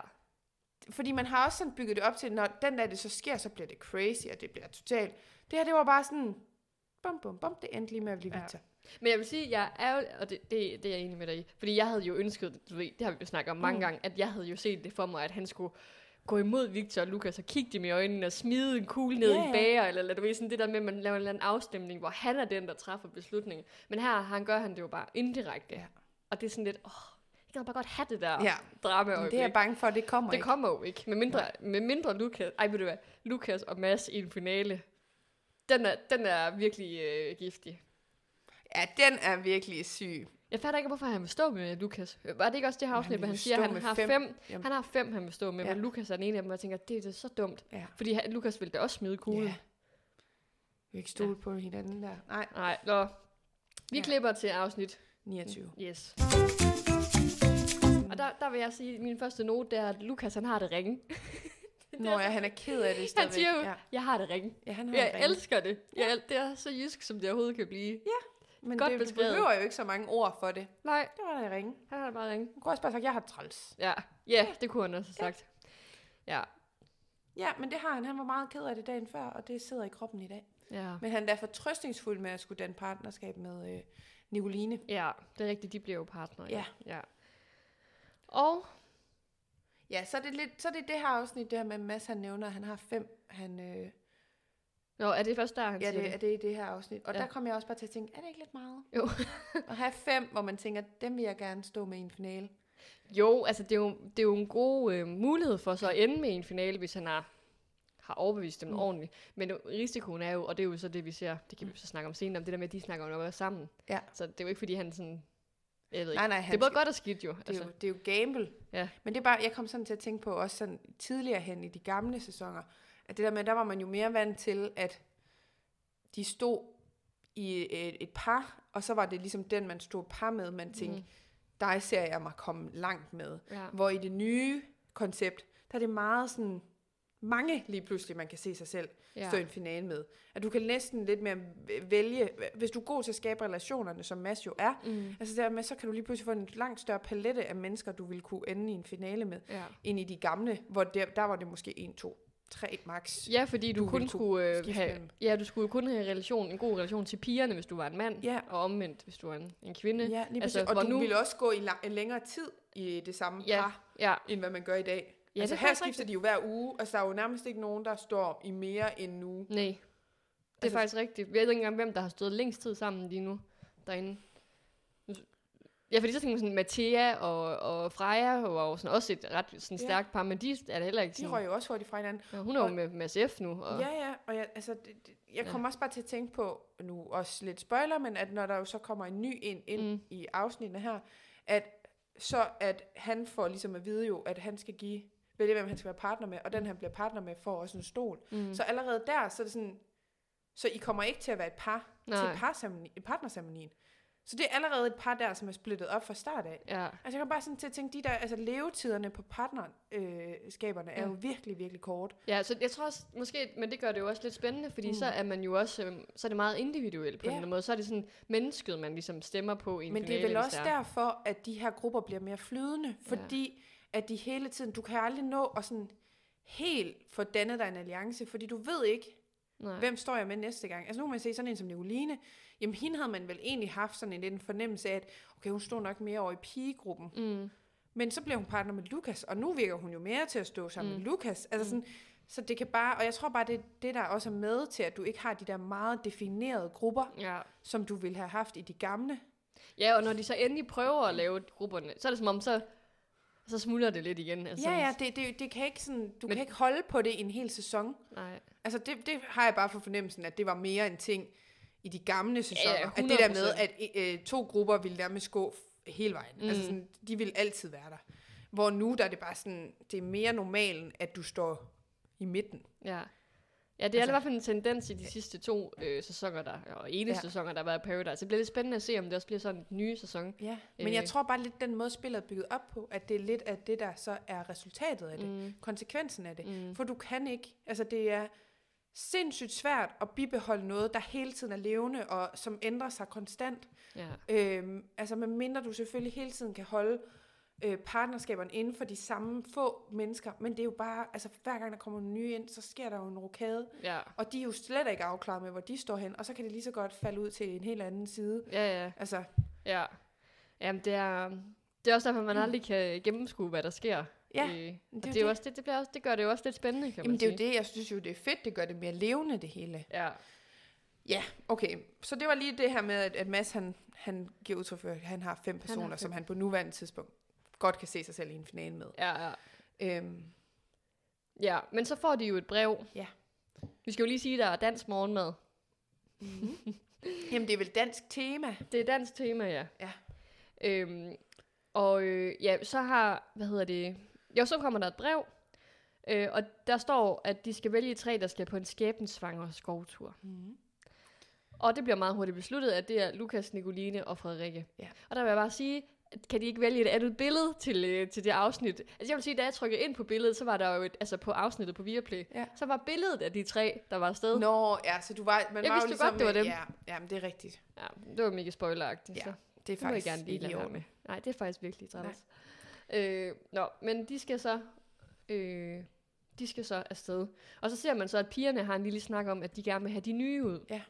S3: Fordi man har også sådan bygget det op til, når den dag det så sker, så bliver det crazy, og det bliver totalt. Det her, det var bare sådan, bum, bum, bum, det endte lige med at blive
S1: Ja.
S3: Victor.
S1: Men jeg vil sige, jeg er jo, og det, det, det er jeg enig med dig i, fordi jeg havde jo ønsket, du ved, det har vi jo snakket om mange
S3: Mm.
S1: gange, at jeg havde jo set det for mig, at han skulle gå imod Victor og Lukas og kigge dem i øjnene og smide en kugle ned
S3: Ja,
S1: yeah. i
S3: ja.
S1: bager, eller, eller du ved, sådan det der med, at man laver en eller anden afstemning, hvor han er den, der træffer beslutningen. Men her han gør han det jo bare indirekte.
S3: Ja.
S1: Og det er sådan lidt, åh, jeg gad bare godt have det der
S3: Ja.
S1: drama
S3: Men det er jeg bange for, det kommer
S1: det
S3: ikke.
S1: kommer jo ikke. Med mindre, med mindre Lukas, ej, ved du hvad, Lukas og Mads i en finale, den er, den er virkelig øh, giftig.
S3: Ja, den er virkelig syg.
S1: Jeg fatter ikke, hvorfor han vil stå med Lukas. Var det ikke også det her
S3: han
S1: afsnit,
S3: vil
S1: hvor han
S3: jo
S1: siger,
S3: stå
S1: at han
S3: med
S1: har fem.
S3: fem.
S1: fem
S3: Jamen.
S1: han har fem, han vil stå med, ja.
S3: Ja.
S1: men Lukas er den ene af dem, og jeg tænker, det er da så dumt.
S3: Ja.
S1: Fordi han, Lukas ville da også smide kuglen.
S3: Ja. Vi kan ikke stole på hinanden der. Nej,
S1: Nej, nå. Vi
S3: Ja.
S1: klipper til afsnit.
S3: 29.
S1: Yes. Og der, der vil jeg sige, at min første note det er, at Lukas han har det ringe.
S3: Nå ja, han er ked af det
S1: Han
S3: stadigvæk.
S1: siger jo,
S3: ja.
S1: jeg har det ringe.
S3: ja, han har
S1: Jeg
S3: en ring.
S1: elsker det. Jeg, el- det er så jysk, som det overhovedet kan blive.
S3: Men
S1: Godt
S3: det,
S1: beskrevet.
S3: du behøver jo ikke så mange ord for det.
S1: Nej,
S3: Det var da ringe.
S1: han har det bare ringe.
S3: Hun kunne også bare have sagt, jeg har træls.
S1: Ja, ja det kunne han også have sagt. Ja.
S3: Ja, men det har han. Han var meget ked af det dagen før, og det sidder i kroppen i dag.
S1: Ja.
S3: Men han er fortrøstningsfuld med at skulle danne partnerskab med øh, Nicoline.
S1: Ja, det er rigtigt. De bliver jo partner.
S3: Ja.
S1: ja. Og
S3: Ja, så er det, lidt, så er det det her afsnit der med Mads, han nævner, at han har fem. Han, øh,
S1: Nå, er det først der, han
S3: ja,
S1: siger
S3: det er det i det her afsnit. Og
S1: Ja.
S3: ja. der kom jeg også bare til at tænke, er det ikke lidt meget?
S1: Jo.
S3: at have fem, hvor man tænker, dem vil jeg gerne stå med i en finale.
S1: Jo, altså det er jo, det er jo en god øh, mulighed for så at ende med en finale, hvis han har, har overbevist dem mm.
S3: Mm.
S1: ordentligt. Men øh, risikoen er jo, og det er jo så det, vi ser, det kan vi så snakke om senere, om det der med, at de snakker om at være sammen.
S3: Ja.
S1: Så det er jo ikke, fordi han sådan... Jeg ved ikke.
S3: Nej, nej,
S1: det er
S3: han
S1: både
S3: skal-
S1: godt og skidt jo.
S3: Det
S1: altså.
S3: er, jo, det er jo gamble.
S1: Ja.
S3: Men det er bare, jeg kom sådan til at tænke på også sådan tidligere hen i de gamle sæsoner, at det der med, der var man jo mere vant til, at de stod i et, et par, og så var det ligesom den, man stod par med, man tænkte, mm. dig ser jeg mig komme langt med.
S1: mm-hmm. Ja.
S3: Hvor i det nye koncept, der er det meget sådan, mange lige pludselig, man kan se sig selv ja. stå i
S1: Ja.
S3: en finale med. At du kan næsten lidt mere vælge, hvis du er god til at skabe relationerne, som Mads jo er,
S1: Mm.
S3: Altså dermed, så kan du lige pludselig få en langt større palette af mennesker, du ville kunne ende i en finale med,
S1: ja.
S3: end i de gamle, hvor der, der var det måske 1, 2, 3 max.
S1: Ja, fordi du, du
S3: Du vil
S1: kun
S3: kunne
S1: skulle øh,
S3: skifte
S1: have,
S3: mellem.
S1: ja, du skulle kun have relation, en god relation til pigerne, hvis du var en mand,
S3: Ja.
S1: og omvendt, hvis du var en, en kvinde.
S3: ja lige
S1: altså,
S3: altså, og
S1: hvor
S3: du
S1: nu-
S3: nu... ville også gå i lang, en længere tid i det samme
S1: Ja.
S3: ja. par,
S1: ja.
S3: end hvad man gør i dag.
S1: Ja,
S3: Ja, altså
S1: det er
S3: her
S1: faktisk
S3: skifter de jo hver uge, og så er jo nærmest ikke nogen, der står i mere end nu.
S1: Nej. Det er
S3: Altså-
S1: faktisk rigtigt. Jeg ved ikke engang, hvem der har stået længst tid sammen lige nu derinde. Nu- Ja, fordi så tænker man sådan, Mathia og, og Freja var jo sådan også et ret sådan
S3: Ja.
S1: stærkt par, men de er da heller ikke
S3: De
S1: sådan.
S3: røg jo også hurtigt fra hinanden.
S1: Ja, hun er jo
S3: og-
S1: med Mads F. nu. Og,
S3: Ja, ja, og jeg, altså, det, det, jeg
S1: Ja.
S3: kommer også bare til at tænke på, nu også lidt spoiler, men at når der jo så kommer en ny ind, ind
S1: Mm.
S3: mm. i afsnittene her, at så at han får ligesom at vide jo, at han skal give, vælge hvem han skal være partner med, og den han bliver partner med, får også en stol.
S1: Mm.
S3: Mm. Så allerede der, så er det sådan, så I kommer ikke til at være et par
S1: Nej.
S3: til parsameni- partnerceremonien. Så det er allerede et par der, som er splittet op fra start af.
S1: ja.
S3: Altså jeg kan bare sådan til at tænke, de der, altså levetiderne på partnerskaberne øh, er
S1: Ja.
S3: jo virkelig, virkelig kort.
S1: ja, så jeg tror også, måske, men det gør det jo også lidt spændende, fordi mm.
S3: Mm.
S1: så er man jo også, øhm, så er det meget individuelt på en
S3: Ja.
S1: eller anden måde. Så er det sådan mennesket, man ligesom stemmer på i en
S3: Men det er
S1: finale,
S3: vel
S1: hvis
S3: også
S1: er.
S3: derfor, at de her grupper bliver mere flydende, fordi at de hele tiden, du kan aldrig nå at sådan helt få dannet dig en alliance, fordi du ved ikke,
S1: Nej.
S3: hvem står jeg med næste gang. Altså nu kan man se sådan en som Nicoline, jamen hende havde man vel egentlig haft sådan en lidt en fornemmelse af, at okay, hun stod nok mere over i pigegruppen,
S1: Mm.
S3: men så bliver hun partner med Lukas, og nu virker hun jo mere til at stå sammen
S1: Mm.
S3: mm. med Lukas. Altså sådan, så det kan bare, og jeg tror bare, det er det, der også er med til, at du ikke har de der meget definerede grupper,
S1: Ja.
S3: som du ville have haft i de gamle.
S1: Ja, og når de så endelig prøver at lave grupperne, så er det som om, så, så smuldrer det lidt igen. Altså,
S3: Ja, ja, det, det, det kan ikke sådan, du
S1: Men-
S3: kan ikke holde på det i en hel sæson.
S1: Nej.
S3: Altså, det, det har jeg bare for fornemmelsen, at det var mere en ting i de gamle sæsoner.
S1: ja,
S3: at det der med, at øh, to grupper ville nærmest gå f- hele vejen. Mm. Altså,
S1: Mm.
S3: sådan, de ville altid være der. Hvor nu, der er det bare sådan, det er mere normalen, at du står i midten.
S1: Ja. Ja, det er altså, i hvert fald en tendens i de sidste to øh, sæsoner, der, og ene ja.
S3: Ja.
S1: sæsoner, der har været i Paradise. Det bliver lidt spændende at se, om det også bliver sådan en ny sæson.
S3: Ja. Men jeg
S1: Øh.
S3: tror bare lidt, den måde spillet er bygget op på, at det er lidt af det, der så er resultatet af det.
S1: Mm.
S3: Konsekvensen af det.
S1: Mm.
S3: For du kan ikke, altså det er, sindssygt svært at bibeholde noget, der hele tiden er levende og som ændrer sig konstant.
S1: Ja.
S3: Øhm, altså med mindre du selvfølgelig hele tiden kan holde øh, partnerskaberne inden for de samme få mennesker, men det er jo bare, altså hver gang der kommer nogle nye ind, så sker der jo en rokade,
S1: Ja.
S3: og de er jo slet ikke afklaret med, hvor de står hen, og så kan det lige så godt falde ud til en helt anden side.
S1: Ja, ja.
S3: Altså,
S1: Ja. Jamen, det er, det er også derfor, man aldrig kan gennemskue, hvad der sker.
S3: Mm. Ja,
S1: Øh, og
S3: det er
S1: det,
S3: jo
S1: det, er jo
S3: det.
S1: også, det, det, bliver også, det gør det jo også lidt spændende, kan
S3: jamen
S1: man
S3: det er
S1: sige.
S3: jo det, jeg synes jo, det er fedt, det gør det mere levende, det hele.
S1: Ja.
S3: Ja, okay. Så det var lige det her med, at, at Mads, han, han giver udtryk for, at han har fem personer,
S1: fem.
S3: som han på nuværende tidspunkt godt kan se sig selv i en finale med.
S1: Ja, ja.
S3: Øhm,
S1: Ja, men så får de jo et brev.
S3: Ja.
S1: Vi skal jo lige sige, der er dansk morgenmad. Mhm.
S3: jamen, det er vel dansk tema.
S1: Det er dansk tema, ja.
S3: Ja.
S1: Øhm, og øh, ja, så har, hvad hedder det? Jo, så kommer der et brev, øh, og der står, at de skal vælge tre, der skal på en skæbensvanger skovtur.
S3: Mm.
S1: Og det bliver meget hurtigt besluttet, at det er Lukas, Nicoline og Frederikke.
S3: Ja.
S1: Og der vil jeg bare sige, at kan de ikke vælge et andet billede til, øh, til det afsnit? Altså jeg vil sige, da jeg trykkede ind på billedet, så var der jo et, altså på afsnittet på Viaplay,
S3: Ja.
S1: så var billedet af de tre, der var afsted.
S3: Nå, ja, så du var, man
S1: Jeg
S3: var jo
S1: vidste jo
S3: ligesom,
S1: godt, det var dem.
S3: Ja, jamen, det er rigtigt.
S1: Ja, det var mega spoileragtigt.
S3: Ja,
S1: så.
S3: Det er
S1: Det må jeg
S3: faktisk
S1: gerne lige
S3: ikke i
S1: lade være
S3: orden.
S1: med. Nej, det er faktisk virkelig træls. Øh, nå, men de skal så... Øh, de skal så afsted. Og så ser man så, at pigerne har en lille snak om, at de gerne vil have de nye ud.
S3: Ja.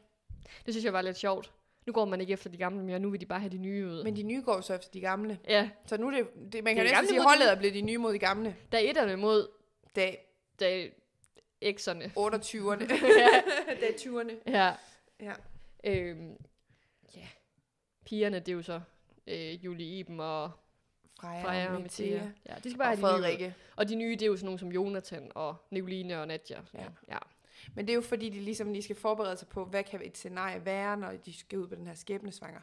S1: Det synes jeg var lidt sjovt. Nu går man ikke efter de gamle mere, nu vil de bare have de nye ud.
S3: Men de nye går jo så efter de gamle.
S1: ja,
S3: Så nu er det, det man kan
S1: de
S3: jo næsten
S1: gamle
S3: sige,
S1: mod de
S3: holdet
S1: nye.
S3: er blevet de nye mod de gamle.
S1: der er etterne mod
S3: Dag
S1: dag ekserne.
S3: 28'erne. Dag 20'erne.
S1: Ja.
S3: Ja.
S1: Øh, ja. Pigerne, det er jo så øh, Julie Iben og
S3: Freja,
S1: Freja og Mathia. Ja, de skal bare have
S3: Og
S1: de nye ud.
S3: Frederikke.
S1: Og de nye, det er jo sådan nogle som Jonathan og Nicoline og Nadja.
S3: Ja.
S1: ja.
S3: Men det er jo fordi, de ligesom lige skal forberede sig på, hvad kan et scenarie være, når de skal ud på den her skæbnesvanger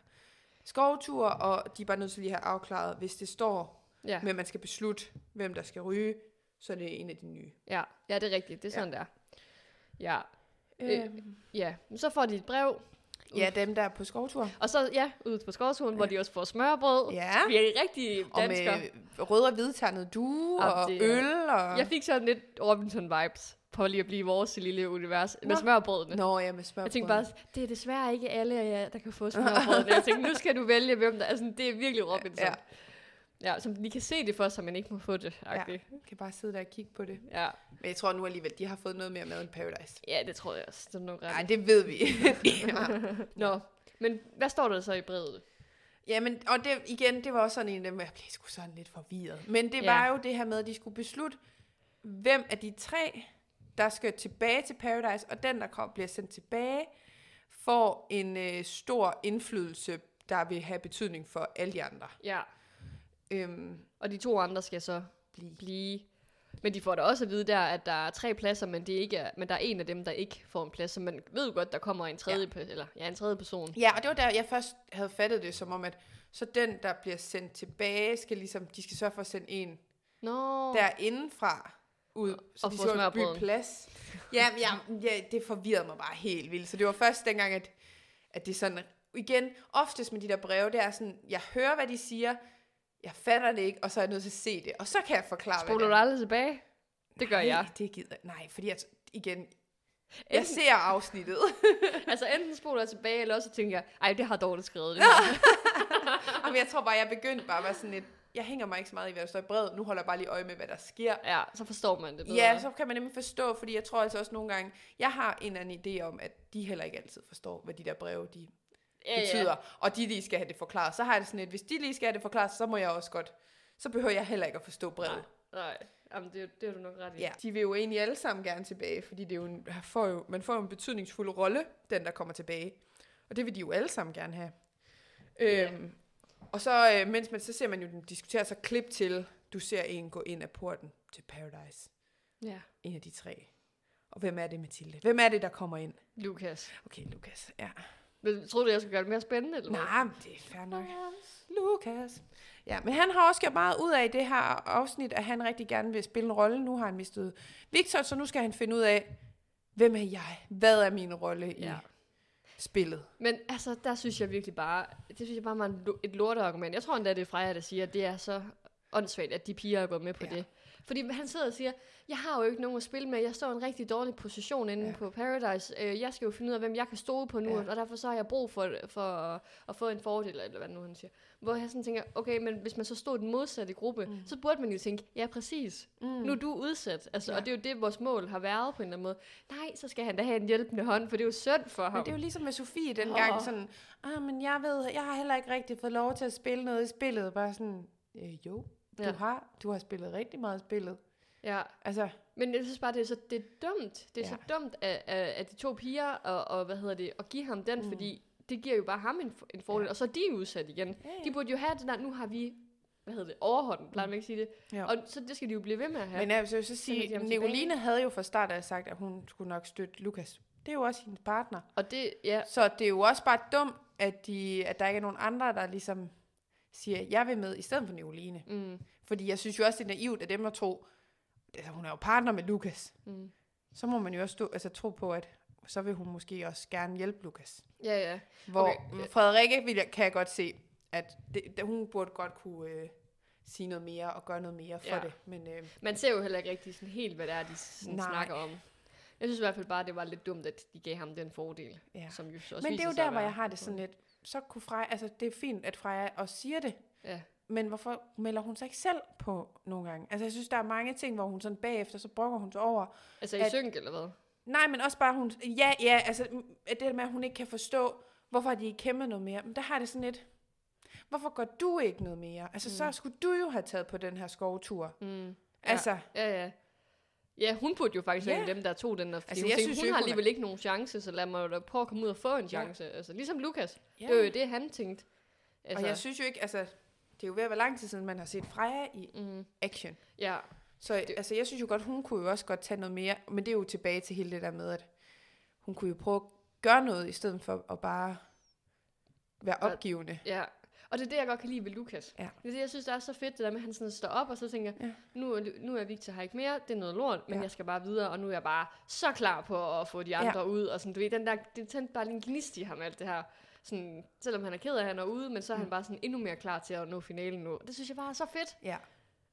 S3: skovtur, og de er bare nødt til lige at have afklaret, hvis det står,
S1: Ja.
S3: men man skal beslutte, hvem der skal ryge, så er det en af de nye.
S1: Ja, ja, det er rigtigt. Det er
S3: Ja.
S1: sådan, ja. der. Ja, Øh,
S3: Øhm,
S1: ja. Men så får de et brev,
S3: ja, dem der er på skovtur.
S1: og så, ja, ud på skovturen, ja. hvor de også får smørbrød.
S3: Ja,
S1: Vi er rigtig
S3: og
S1: danskere.
S3: med rød og hvidternet due,
S1: Jamen,
S3: og
S1: det er-
S3: øl, og...
S1: Jeg fik sådan lidt Robinson-vibes på lige at blive i vores lille univers med
S3: Nå.
S1: smørbrødene.
S3: Nå, ja, med smørbrød.
S1: Jeg tænkte bare, det er desværre ikke alle af jer, der kan få smørbrødene. Jeg tænkte, nu skal du vælge, hvem der... Altså, det er virkelig Robinson.
S3: Ja.
S1: Ja. Ja, som de kan se det for sig, men ikke må få det. Okay.
S3: kan bare sidde der og kigge på det.
S1: Ja.
S3: Men jeg tror nu alligevel, de har fået noget mere mad end Paradise.
S1: ja, det tror jeg også. Det er nok
S3: Nej,
S1: ret.
S3: det ved vi. ja.
S1: i. Nå, men hvad står der så i brevet?
S3: Jamen, og det, igen, det var også sådan en af dem, hvor jeg blev sgu sådan lidt forvirret. Men
S1: Ja.
S3: det ja. var jo det her med, at de skulle beslutte, hvem af de tre, der skal tilbage til Paradise, og den, der kom, bliver sendt tilbage, får en øh, stor indflydelse, der vil have betydning for alle de andre.
S1: Ja.
S3: Øhm,
S1: Og de to andre skal så
S3: blive.
S1: blive. Men de får da også at vide der, at der er tre pladser, men, det ikke er, men der er en af dem, der ikke får en plads. Så man ved jo godt, der kommer en tredje, ja. eller, ja, en tredje person.
S3: Ja, og det var der, jeg først havde fattet det som om, at så den, der bliver sendt tilbage, skal ligesom, de skal sørge for at sende en
S1: Nå, der.
S3: der indefra ud, så
S1: Og
S3: de
S1: få
S3: skal jo
S1: smørbrøden.
S3: bygge plads. Ja, ja, ja, det forvirrede mig bare helt vildt. Så det var først dengang, at, at det sådan, igen, oftest med de der breve, det er sådan, jeg hører, hvad de siger, jeg fatter det ikke, og så er jeg nødt til at se det, og så kan jeg forklare,
S1: spoler du
S3: hvad det
S1: aldrig tilbage? Det gør
S3: er.
S1: jeg.
S3: Nej, det gider Nej, fordi jeg, igen, jeg
S1: Enten,
S3: ser afsnittet.
S1: altså enten spoler jeg tilbage, eller også tænker jeg, ej, det har dårligt skrevet det her.
S3: Jamen, jeg tror bare, jeg begyndte bare at være sådan lidt, jeg hænger mig ikke så meget i, hvad der står i brevet, nu holder jeg bare lige øje med, hvad der sker.
S1: Ja, så forstår man det bedre.
S3: Ja, så kan man nemlig forstå, fordi jeg tror altså også nogle gange, jeg har en eller anden idé om, at de heller ikke altid forstår, hvad de der breve, de
S1: ja,
S3: betyder, og de lige skal have det forklaret. Så har jeg det sådan lidt, hvis de lige skal have det forklaret, så må jeg også godt, så behøver jeg heller ikke at forstå brevet.
S1: Ja. Nej, Jamen, det, er- det er du nok ret i.
S3: Ja. De vil jo egentlig alle sammen gerne tilbage, fordi det er jo en, han får jo, man får jo en betydningsfuld rolle, den der kommer tilbage. Og det vil de jo alle sammen gerne have.
S1: Ja.
S3: Øhm, og så, øh, mens man, så ser man jo den diskutere, så klip til, du ser en gå ind ad porten til Paradise.
S1: ja.
S3: En af de tre. Og hvem er det, Mathilde? Hvem er det, der kommer ind?
S1: Lukas.
S3: Okay, Lukas. Ja.
S1: Men, tror du, jeg skulle gøre det mere spændende? Eller hvad?
S3: Nej, men det er fair nok. Lukas. Ja, men han har også gjort meget ud af i det her afsnit, at han rigtig gerne vil spille en rolle. Nu har han mistet Victor, så nu skal han finde ud af, hvem er jeg? Hvad er min rolle i
S1: Ja.
S3: spillet?
S1: Men altså, der synes jeg virkelig bare, det synes jeg bare var en lo- et lorteargument. Jeg tror endda, det er Freja, der siger, at det er så åndssvagt, at de piger er gået med på
S3: Ja.
S1: ja. det. Fordi han sidder og siger, jeg har jo ikke nogen at spille med, jeg står i en rigtig dårlig position inde
S3: Ja.
S1: ja. på Paradise, øh, jeg skal jo finde ud af, hvem jeg kan stole på nu,
S3: Ja.
S1: ja. og derfor så har jeg brug for, for at, at få en fordel, eller hvad nu han siger. Hvor jeg sådan tænker, okay, men hvis man så stod i den modsatte gruppe, mm. så burde man jo tænke, ja præcis, mm. nu er du udsat, altså,
S3: Ja.
S1: ja. og det er jo det, vores mål har været på en eller anden måde. Nej, så skal han da have en hjælpende hånd, for det er jo synd for ham.
S3: Men det er jo ligesom med Sofie dengang, oh.
S1: Åh.
S3: sådan, ah, men jeg ved, jeg har heller ikke rigtig fået lov til at spille noget i spillet. Bare sådan, øh, jo, du,
S1: Ja.
S3: har, du har spillet rigtig meget i spillet.
S1: ja.
S3: Altså,
S1: Men jeg synes bare, det er så det er dumt. Det er ja. så dumt af, af, af de to piger, og, og hvad hedder det, at give ham den,
S3: Mm.
S1: mm. fordi det giver jo bare ham en, f- en fordel,
S3: Ja.
S1: ja. og så er de udsat igen.
S3: ja, ja.
S1: De burde jo have det der, nu har vi, hvad hedder det, overhånden, plejer man ikke at sige det.
S3: Jo.
S1: Og så det skal de jo blive ved med at have.
S3: Men jeg vil så- så
S1: vil de
S3: sige,
S1: ham
S3: Nicoline havde jo fra start af sagt, at hun skulle nok støtte Lukas. Det er jo også hendes partner.
S1: og det, ja,
S3: Så det er jo også bare dumt, at, de, at der ikke er nogen andre, der ligesom siger, jeg vil med, i stedet for Nicoline.
S1: mm,
S3: Fordi jeg synes jo også, det er naivt af dem at tro, altså hun er jo partner med Lukas.
S1: mm,
S3: Så må man jo også stå, altså, tro på, at så vil hun måske også gerne hjælpe Lukas.
S1: ja, ja.
S3: Hvor okay.
S1: Okay.
S3: Frederikke vil, jeg- kan jeg godt se, at det, det- hun burde godt kunne øh, sige noget mere og gøre noget mere for ja.
S1: Ja.
S3: det. Men øh,
S1: Man ser jo heller ikke rigtig sådan helt, hvad det er, de sådan
S3: Nej.
S1: snakker om. Jeg synes i hvert fald bare, det var lidt dumt, at de gav ham den fordel,
S3: ja.
S1: som jo så også
S3: Men det
S1: viser
S3: er jo
S1: sig
S3: der,
S1: at
S3: hvor
S1: være
S3: jeg har det
S1: på-
S3: sådan lidt, så kunne Freja, altså det er fint, at Freja også siger det,
S1: Ja.
S3: men hvorfor melder hun sig ikke selv på nogle gange? Altså jeg synes, der er mange ting, hvor hun sådan bagefter, så brokker hun sig over.
S1: Altså i
S3: at-
S1: synk, eller hvad?
S3: Nej, men også bare hun, ja, ja, altså m- at det der med, at hun ikke kan forstå, hvorfor har de ikke kæmpet noget mere, men der har jeg det sådan lidt, hvorfor går du ikke noget mere? Altså mm. så skulle du jo have taget på den her skovtur.
S1: Mm.
S3: Altså,
S1: Ja, ja. Ja, hun burde jo faktisk
S3: Ja.
S1: yeah. være en af dem, der tog den der, fordi altså,
S3: Altså,
S1: hun,
S3: jeg
S1: tænkte,
S3: synes
S1: hun
S3: jo ikke,
S1: har
S3: hun er-
S1: alligevel ikke nogen chance, så lad mig da prøve at komme ud og få en chance. Altså, ligesom Lukas.
S3: ja.
S1: Det var jo det, han tænkte. Altså,
S3: og jeg synes jo ikke, altså, det er jo ved at være lang tid siden, man har set Freja i
S1: mm,
S3: action.
S1: ja,
S3: Så det, altså, jeg synes jo godt, hun kunne jo også godt tage noget mere, men det er jo tilbage til hele det der med, at hun kunne jo prøve at gøre noget, i stedet for at bare være
S1: Ja.
S3: opgivende.
S1: ja. Og det er det, jeg godt kan lide ved Lukas.
S3: Ja.
S1: Det er det, jeg synes, der er så fedt, det der med, at han sådan står op og så tænker,
S3: Ja.
S1: ja. nu, er- nu er Victor her ikke mere, det er noget lort, men
S3: Ja.
S1: ja. jeg skal bare videre, og nu er jeg bare så klar på at få de andre ja. ud. Og sådan, du ved, den der, det tændte bare lige en gnist i ham, alt det her. Sådan, selvom han er ked af, at han er ude, men så er han
S3: Mm.
S1: bare sådan endnu mere klar til at nå finalen nu. Det synes jeg bare er så fedt.
S3: Ja.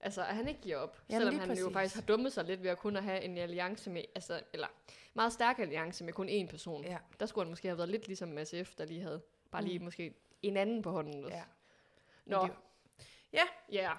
S1: Altså, at han ikke giver op.
S3: Jamen,
S1: Jamen, selvom
S3: lige
S1: han jo
S3: præcis.
S1: faktisk har dummet sig lidt ved at kun at have en alliance med, altså, eller meget stærk alliance med kun én person.
S3: Ja.
S1: Der skulle han måske have været lidt ligesom Mads F, der lige havde bare lige
S3: Mm.
S1: måske en anden på hånden. Også.
S3: Ja.
S1: Nå,
S3: Men det- Ja.
S1: ja.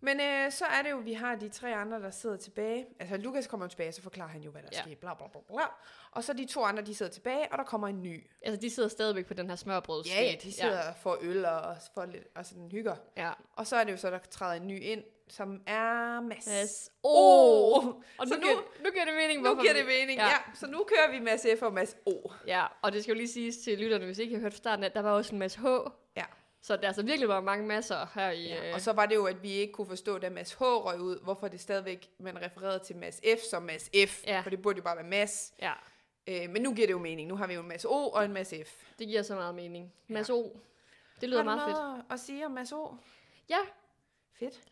S3: Men øh, så er det jo, vi har de tre andre, der sidder tilbage. Altså, Lukas kommer tilbage, så forklarer han jo, hvad der ja.
S1: Ja.
S3: sker, bla, bla, bla, bla. Og så de to andre, de sidder tilbage, og der kommer en ny.
S1: Altså, de sidder stadigvæk på den her smørbrød.
S3: Ja, ja, de sidder ja. og får øl og, og, får lidt, og sådan hygger.
S1: Ja.
S3: Og så er det jo så, der træder en ny ind, som er Mads.
S1: Mads.
S3: Oh!
S1: Oh! Og
S3: Så
S1: nu, nu,
S3: giver-
S1: nu giver det mening,
S3: Nu
S1: hvorfor...
S3: giver
S1: vi-
S3: det mening, ja.
S1: Ja.
S3: ja. Så nu kører vi Mads F og Mads O.
S1: Ja, og det skal jo lige siges til lytterne, hvis I ikke har hørt fra starten, at der var også en masse H.
S3: Ja.
S1: Så der er altså virkelig var mange masser her i...
S3: Ja,
S1: øh,
S3: og så var det jo, at vi ikke kunne forstå, da Mads H røg ud, hvorfor det stadigvæk, man refererede til Mads F som Mads F,
S1: Ja.
S3: for det burde jo bare være Mads.
S1: ja.
S3: Øh, men nu giver det jo mening. Nu har vi jo en Mads O og en Mads F.
S1: Det giver så meget mening.
S3: Ja.
S1: Mads O. Det lyder meget fedt.
S3: fedt. at sige om Mads O?
S1: Ja,
S3: Fedt.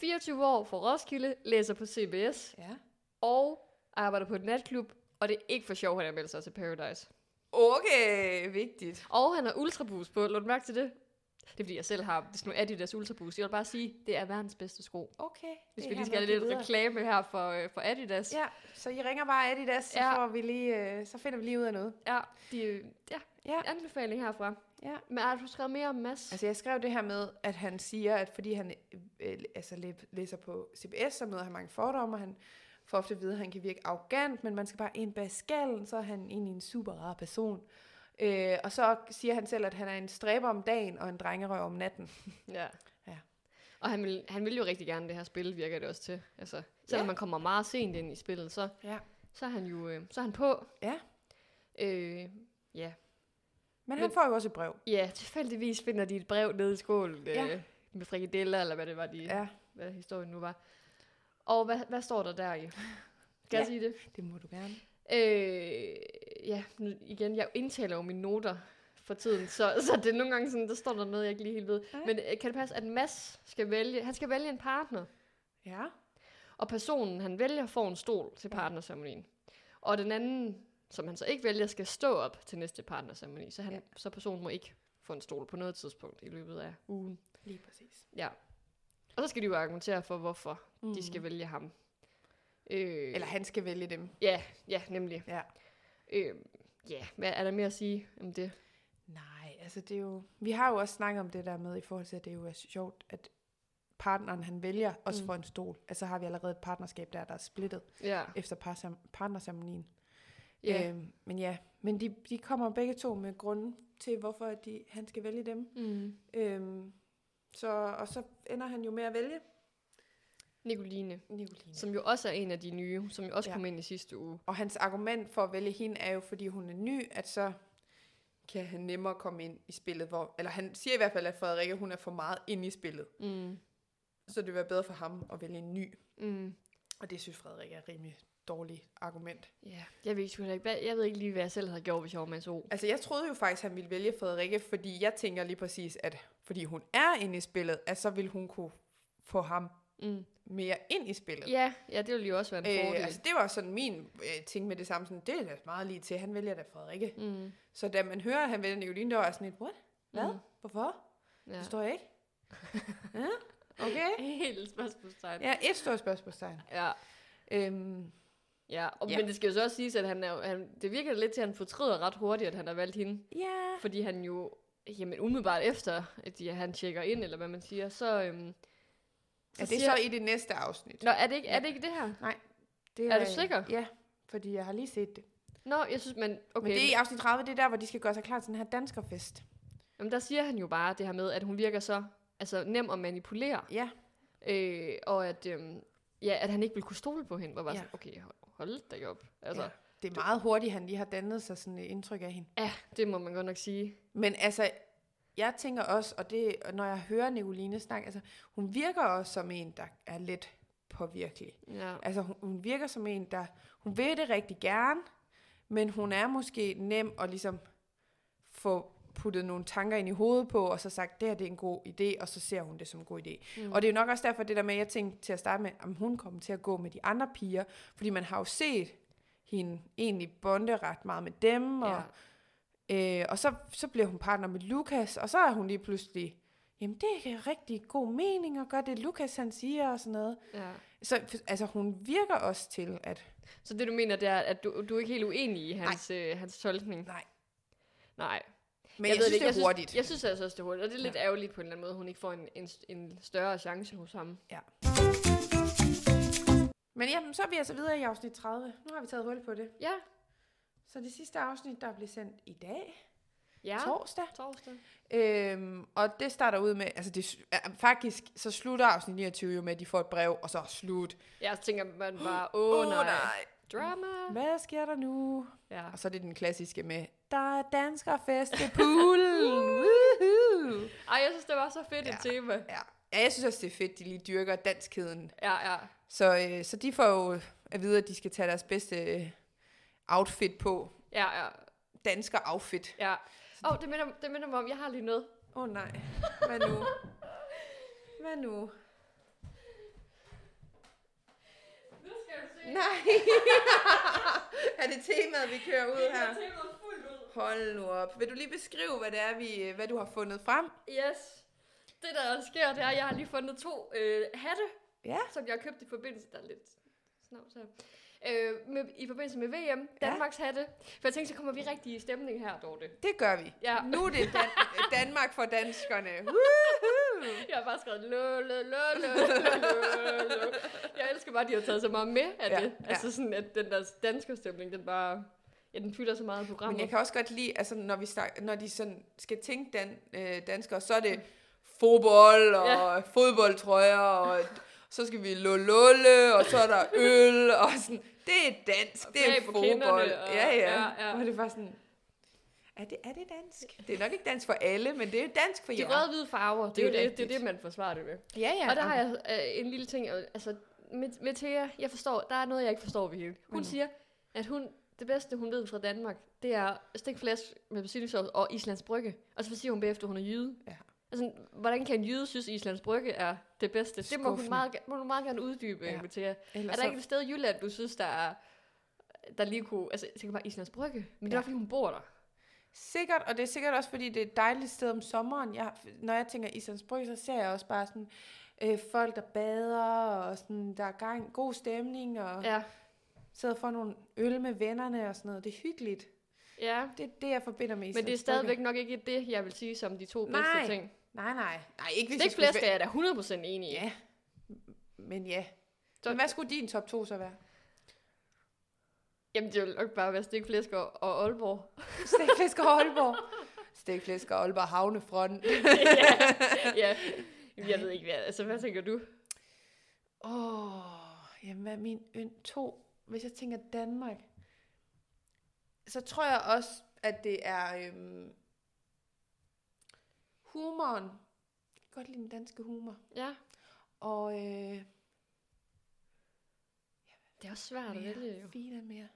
S1: 24 år fra Roskilde, læser på CBS
S3: Ja.
S1: og arbejder på et natklub, og det er ikke for sjov, han har meldt sig til Paradise.
S3: Okay, vigtigt.
S1: Og han har ultraboost på, lå du mærke til det? Det er fordi, jeg selv har sådan nogle Adidas ultraboost. Jeg vil bare sige, det er verdens bedste sko.
S3: Okay.
S1: Hvis
S3: det
S1: vi
S3: her
S1: lige skal have
S3: med at
S1: lidt
S3: give videre.
S1: reklame her for, øh, for Adidas.
S3: Ja, så I ringer bare Adidas, så, ja.
S1: Ja.
S3: får vi lige, øh, så finder vi lige ud af noget.
S1: ja, de, ja,
S3: Ja.
S1: anbefaling herfra.
S3: Ja.
S1: Men har du skrevet mere om Mads?
S3: Altså, jeg skrev det her med, at han siger, at fordi han øh, altså, læ- læser på CBS, så møder han mange fordomme, og han får ofte at vide, at han kan virke arrogant, men man skal bare ind bag skallen, så er han egentlig en super rar person. Øh, og så siger han selv, at han er en stræber om dagen og en drengerøv om natten.
S1: Ja.
S3: Ja.
S1: Og han vil, han vil jo rigtig gerne det her spil, virker det også til. Altså, selvom
S3: Ja.
S1: ja. man kommer meget sent ind i spillet, så,
S3: Ja.
S1: så er han jo øh, så er han på.
S3: Ja.
S1: Øh,
S3: Men han
S1: Men-
S3: får jo også et brev.
S1: ja, tilfældigvis finder de et brev nede i skålen øh,
S3: Ja.
S1: ja. med frikadeller, eller hvad det var, de, ja.
S3: Ja,
S1: hvad historien nu var. Og hvad, hvad står der der i? Kan ja.
S3: Ja.
S1: jeg sige det?
S3: det må du gerne.
S1: Øh, ja, nu igen, jeg indtaler jo mine noter for tiden, så, så det er nogle gange sådan, der står der noget, jeg ikke lige helt ved.
S3: Nej.
S1: Men øh, kan det passe, at Mads skal vælge, han skal vælge en partner?
S3: Ja.
S1: Og personen, han vælger, får en stol til partnerceremonien. Og den anden, som han så ikke vælger, skal stå op til næste partnerceremoni. Så, han,
S3: Ja.
S1: ja. så personen må ikke få en stol på noget tidspunkt i løbet af ugen.
S3: Lige præcis.
S1: Ja. Og så skal de jo argumentere for, hvorfor mm. de skal vælge ham. Øh,
S3: Eller han skal vælge dem.
S1: Ja, ja, nemlig.
S3: Ja.
S1: Øh, ja, hvad er der mere at sige om det?
S3: Nej, altså det er jo... Vi har jo også snakket om det der med, i forhold til, at det jo er sjovt, at partneren han vælger også
S1: Mm.
S3: mm. for en stol. Altså har vi allerede et partnerskab der, der er splittet
S1: Ja,
S3: efter parsam- partnersammenligningen.
S1: ja.
S3: Øhm, men ja, men de, de kommer begge to med grunde til, hvorfor at de, han skal vælge dem.
S1: Mm.
S3: Øhm, så, og så ender han jo med at vælge
S1: Nicoline,
S3: Nicoline.
S1: som jo også er en af de nye, som jo også ja.
S3: Ja.
S1: kom ind i sidste uge.
S3: Og hans argument for at vælge hende er jo, fordi hun er ny, at så kan han nemmere komme ind i spillet. Hvor, eller han siger i hvert fald, at Frederikke hun er for meget inde i spillet.
S1: Mm.
S3: Så det vil være bedre for ham at vælge en ny.
S1: Mm.
S3: Og det synes Frederik er et rimelig dårligt argument.
S1: Ja, jeg ved, sgu heller ikke, hvad, jeg ved ikke lige, hvad jeg selv havde gjort, hvis jeg var Mads O.
S3: Altså, jeg troede jo faktisk, at han ville vælge Frederikke, fordi jeg tænker lige præcis, at fordi hun er inde i spillet, at så vil hun kunne få ham
S1: Mm.
S3: mere ind i spillet.
S1: Ja, ja, det ville jo også være en fordel.
S3: Øh, altså, det var sådan min øh, ting med det samme. Sådan, det er da meget lige til, han vælger da Frederikke.
S1: mm.
S3: Så da man hører, at han vælger Nicoline, der var jeg sådan et, what? Hvad?
S1: Mm.
S3: Mm. Hvorfor?
S1: Ja.
S3: Ja. Forstår jeg ikke. ja? Okay.
S1: Helt spørgsmålstegn.
S3: Ja, et stort spørgsmålstegn.
S1: ja.
S3: Øhm,
S1: Ja, og, ja.
S3: Ja.
S1: men det skal jo så også siges, at han er, jo- han, det virker lidt til, at han fortryder ret hurtigt, at han har valgt hende.
S3: ja.
S1: Fordi han jo, jamen umiddelbart efter, at de, han tjekker ind, eller hvad man siger, så... Øhm,
S3: Er det så i det næste afsnit?
S1: Nå, er det ikke, er det, ikke det her?
S3: Det øh,
S1: er du sikker?
S3: Ja, fordi jeg har lige set det.
S1: Nå, jeg synes, man... Okay,
S3: Okay. Men det er i afsnit 30, det er der, hvor de skal gøre sig klar til den her danskerfest.
S1: jamen, der siger han jo bare det her med, at hun virker så altså, nem at manipulere.
S3: Ja.
S1: Øh, og at, øhm, ja, at han ikke ville kunne stole på hende. Hvor bare
S3: Ja.
S1: ja. sådan, okay, hold- hold da op. Altså, ja.
S3: Ja. Det er meget hurtigt, han lige har dannet sig sådan et indtryk af hende.
S1: ja, det må man godt nok sige.
S3: Men altså, jeg tænker også, og det, og når jeg hører Nicoline snakke, altså, hun virker også som en, der er let påvirkelig.
S1: Ja.
S3: Altså, hun, hun virker som en, der... Hun vil det rigtig gerne, men hun er måske nem at ligesom få puttet nogle tanker ind i hovedet på, og så sagt, det her det er en god idé, og så ser hun det som en god idé. Mm. Og det er jo nok også derfor, det der med, at jeg tænkte til at starte med, om hun kommer til at gå med de andre piger, fordi man har jo set hende egentlig bonde ret meget med dem, og, ja. øh, og så, så bliver hun partner med Lukas, og så er hun lige pludselig, jamen det er rigtig god mening at gøre det, Lukas han siger, og sådan noget.
S1: ja.
S3: Så f- altså, hun virker også til, at...
S1: Så det, du mener, det er, at du, du er ikke helt uenig i hans, øh, hans tolkning?
S3: Nej.
S1: Nej.
S3: Men jeg, jeg synes,
S1: ved
S3: det, det er
S1: Jeg
S3: hurtigt.
S1: synes, jeg synes altså også, det er hurtigt. Og det er lidt ja. ærgerligt på en eller anden måde, at hun ikke får en, en, en større chance hos ham.
S3: Men ja, så er vi altså videre i afsnit 30. Nu har vi taget hul på det.
S1: Ja.
S3: Så det sidste afsnit, der bliver sendt i dag,
S1: Ja.
S3: ja. torsdag.
S1: Torsdag.
S3: Øhm, og det starter ud med, altså det, s- er- faktisk så slutter afsnit 29 jo med, at de får et brev, og så er slut.
S1: Jeg tænker man bare, åh oh, nej. Drama.
S3: Hvad sker der nu?
S1: Ja.
S3: Og så er det den klassiske med, der er danskerfest ved poolen. Woohoo!
S1: Ej, jeg synes, det var så fedt ja. et
S3: Ja.
S1: tema.
S3: ja. ja, jeg synes også, det er fedt, de lige dyrker danskheden
S1: Ja, ja.
S3: Så, øh, så de får jo at vide, at de skal tage deres bedste øh, outfit på.
S1: Ja, ja.
S3: Dansker outfit.
S1: Ja. Åh, oh, det, minder, det minder mig om, jeg har lige noget.
S3: Åh oh, nej, hvad nu? Hvad nu?
S1: Nu skal du se.
S3: Nej! er det temaet, vi kører ud her?
S1: temaet fuldt ud.
S3: Hold nu op. Vil du lige beskrive, hvad det er, vi, øh, hvad du har fundet frem?
S1: Yes. Det, der sker, det er, at jeg har lige fundet to øh, hatte,
S3: Ja.
S1: som jeg har købt i forbindelse... Der er lidt snavs her. Øh, med, I forbindelse med VM, Danmarks ja. hatte. For jeg tænkte, så kommer vi rigtig i stemning her, Dorte.
S3: Det gør vi.
S1: Ja.
S3: Nu er det Dan- Danmark for danskerne. Woohoo!
S1: Jeg har bare skrevet, lå, lå, lå, lå, lå, lå. Jeg elsker bare, at de har taget så meget med af
S3: Ja,
S1: ja, det.
S3: ja.
S1: Altså sådan, at den der danske stemning, den bare... Ja, den fylder så meget i
S3: Men
S1: programmet.
S3: jeg kan også godt lide, altså, når, vi snak, når de sådan skal tænke dan, øh, danskere, så er det fodbold og
S1: Mm. Ja.
S3: ja. fodboldtrøjer, og så skal vi lululle, og så er der øl, og sådan. Det er dansk, det er
S1: flag på kinderne,
S3: fodbold.
S1: og-
S3: ja, ja.
S1: ja, ja.
S3: Og det er bare sådan, er det, er det dansk? Det er nok ikke dansk for alle, men det er dansk for
S1: De
S3: jer.
S1: røde-hvide farver, det, det, er jo det, det er
S3: rigtigt.
S1: det, man forsvarer det med.
S3: Ja, ja.
S1: Og der har jeg øh, en lille ting, øh, altså med, med Thea, jeg forstår, der er noget, jeg ikke forstår ved hende. Hun
S3: nu?
S1: siger, at hun, det bedste, hun ved fra Danmark, det er stikflæsk med persillesovs og Islands Brygge. Og så siger hun bagefter, at hun er jyde.
S3: Ja.
S1: Altså, hvordan kan en jyde synes, at Islands Brygge er det bedste? Det må hun
S3: Skuffende.
S1: meget, ge- må hun meget gerne uddybe, ja.
S3: Ja.
S1: med Thea.
S3: Ellers
S1: Er der
S3: så-
S1: ikke et sted i Jylland, du synes, der er der lige kunne... Altså, jeg tænker bare Islands Brygge. Men det er
S3: Ja.
S1: nok, fordi hun bor der.
S3: Sikkert, og det er sikkert også, fordi det er et dejligt sted om sommeren. Jeg, når jeg tænker Islands Brygge, så ser jeg også bare sådan øh, folk, der bader, og sådan, der er gang, god stemning, og ja.
S1: Ja.
S3: sidder for nogle øl med vennerne og sådan noget. Det er hyggeligt.
S1: ja.
S3: Det er det, jeg forbinder mest.
S1: Men det
S3: med
S1: er stadigvæk nok ikke det, jeg vil sige som de to bedste
S3: Nej.
S1: ting.
S3: Nej, nej. Nej, ikke hvis jeg
S1: Stik
S3: skulle
S1: flæsk er jeg da 100% enig i.
S3: Ja. Men ja.
S1: Så-
S3: Så... Men hvad skulle din top 2 så være?
S1: Jamen, det vil nok bare være stik flæsk og, og Aalborg.
S3: Stikflæsk og Aalborg. Stikflæsk og Aalborg Havnefront.
S1: ja. ja. Jamen, jeg ved ikke, hvad, altså, hvad tænker du?
S3: Åh, oh, jamen hvad er min ynd 2? Hvis jeg tænker Danmark, så tror jeg også, at det er øhm, humoren. Jeg kan godt lide den danske humor.
S1: Ja,
S3: Og øh,
S1: det er også svært at vælge, jo.
S3: mere, fint og mere.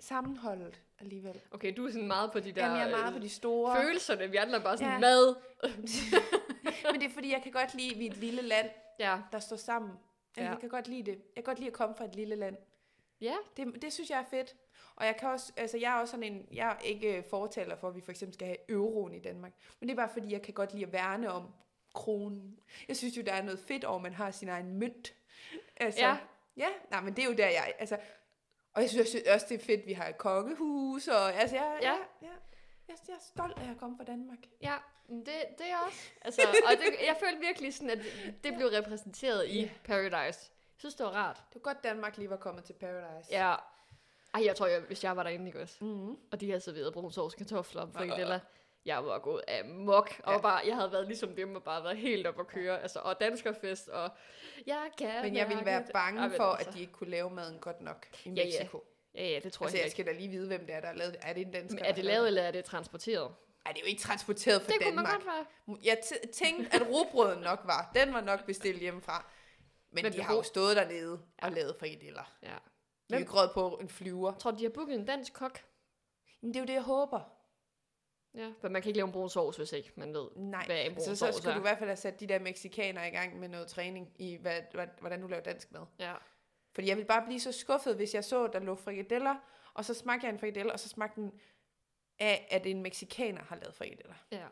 S3: Sammenholdet alligevel.
S1: Okay, du er sådan meget på de der
S3: Der, jamen, jeg er meget på de store.
S1: øh, følelserne. Vi andre er bare sådan, ja.
S3: Ja.
S1: mad.
S3: Men det er fordi, jeg kan godt lide, at vi er et lille land,
S1: Ja.
S3: der står sammen. Ja.
S1: Ja.
S3: Jeg kan godt lide det. Jeg kan godt lide at komme fra et lille land.
S1: Ja.
S3: Det, det synes jeg er fedt. Og jeg kan også, altså jeg er også sådan en, jeg er ikke øh, fortaler for, at vi for eksempel skal have euroen i Danmark. Men det er bare fordi, jeg kan godt lide at værne om kronen. Jeg synes jo, der er noget fedt over, at man har sin egen mønt. Altså,
S1: Ja.
S3: Ja, nej, men det er jo der, jeg, altså, og jeg synes også- også, det er fedt, at vi har et kongehus, og altså, jeg,
S1: Ja.
S3: ja. jeg, jeg, jeg, jeg er stolt af at komme fra Danmark.
S1: Ja, men det, det er jeg også. Altså, og det, jeg følte virkelig sådan, at det blev repræsenteret i Paradise. Jeg synes, det var rart.
S3: Det var godt, Danmark lige var kommet til Paradise.
S1: Ja. Ej, jeg tror, jeg, hvis jeg var derinde, ikke også?
S3: Mm-hmm.
S1: Og de havde serveret brun sovs, kartofler og frikadeller. Jeg var gået af mok, og
S3: Ja.
S1: bare, jeg havde været ligesom dem, og bare været helt op at køre. Altså, og danskerfest, og jeg kan
S3: Men jeg ville være
S1: mærke- Ej,
S3: bange
S1: men
S3: for,
S1: altså.
S3: at de ikke kunne lave maden godt nok i
S1: ja.
S3: Mexico.
S1: Ja, ja, det tror
S3: Altså,
S1: jeg
S3: jeg
S1: ikke.
S3: skal da lige vide, hvem det er, der har lavet det. Er det en dansker?
S1: Men er det
S3: der har
S1: lavet, eller er det transporteret?
S3: det? Ej, det er jo ikke transporteret fra
S1: Det kunne man
S3: Danmark.
S1: godt være.
S3: Jeg tæ- tænkte, at robrøden nok var. Den var nok bestilt hjemmefra. Men,
S1: Men
S3: Men de
S1: det
S3: har jo
S1: ro-
S3: stået dernede og lavet frikadeller.
S1: Ja.
S3: De er jo ikke røget på en flyver.
S1: Tror du, de har booket en dansk kok?
S3: Men det er jo det, jeg håber.
S1: Ja, men man kan ikke lave en brun sovs, hvis ikke man ved,
S3: Nej.
S1: hvad en brun
S3: Så,
S1: sovs
S3: så skulle
S1: er.
S3: du i hvert fald have sat de der mexikanere i gang med noget træning i, hvad, hvad- hvordan du laver dansk mad.
S1: Ja.
S3: Fordi jeg ville bare blive så skuffet, hvis jeg så, at der lå frikadeller, og så smagte jeg en frikadelle, og så smagte den af, at en mexikaner har lavet frikadeller.
S1: ja.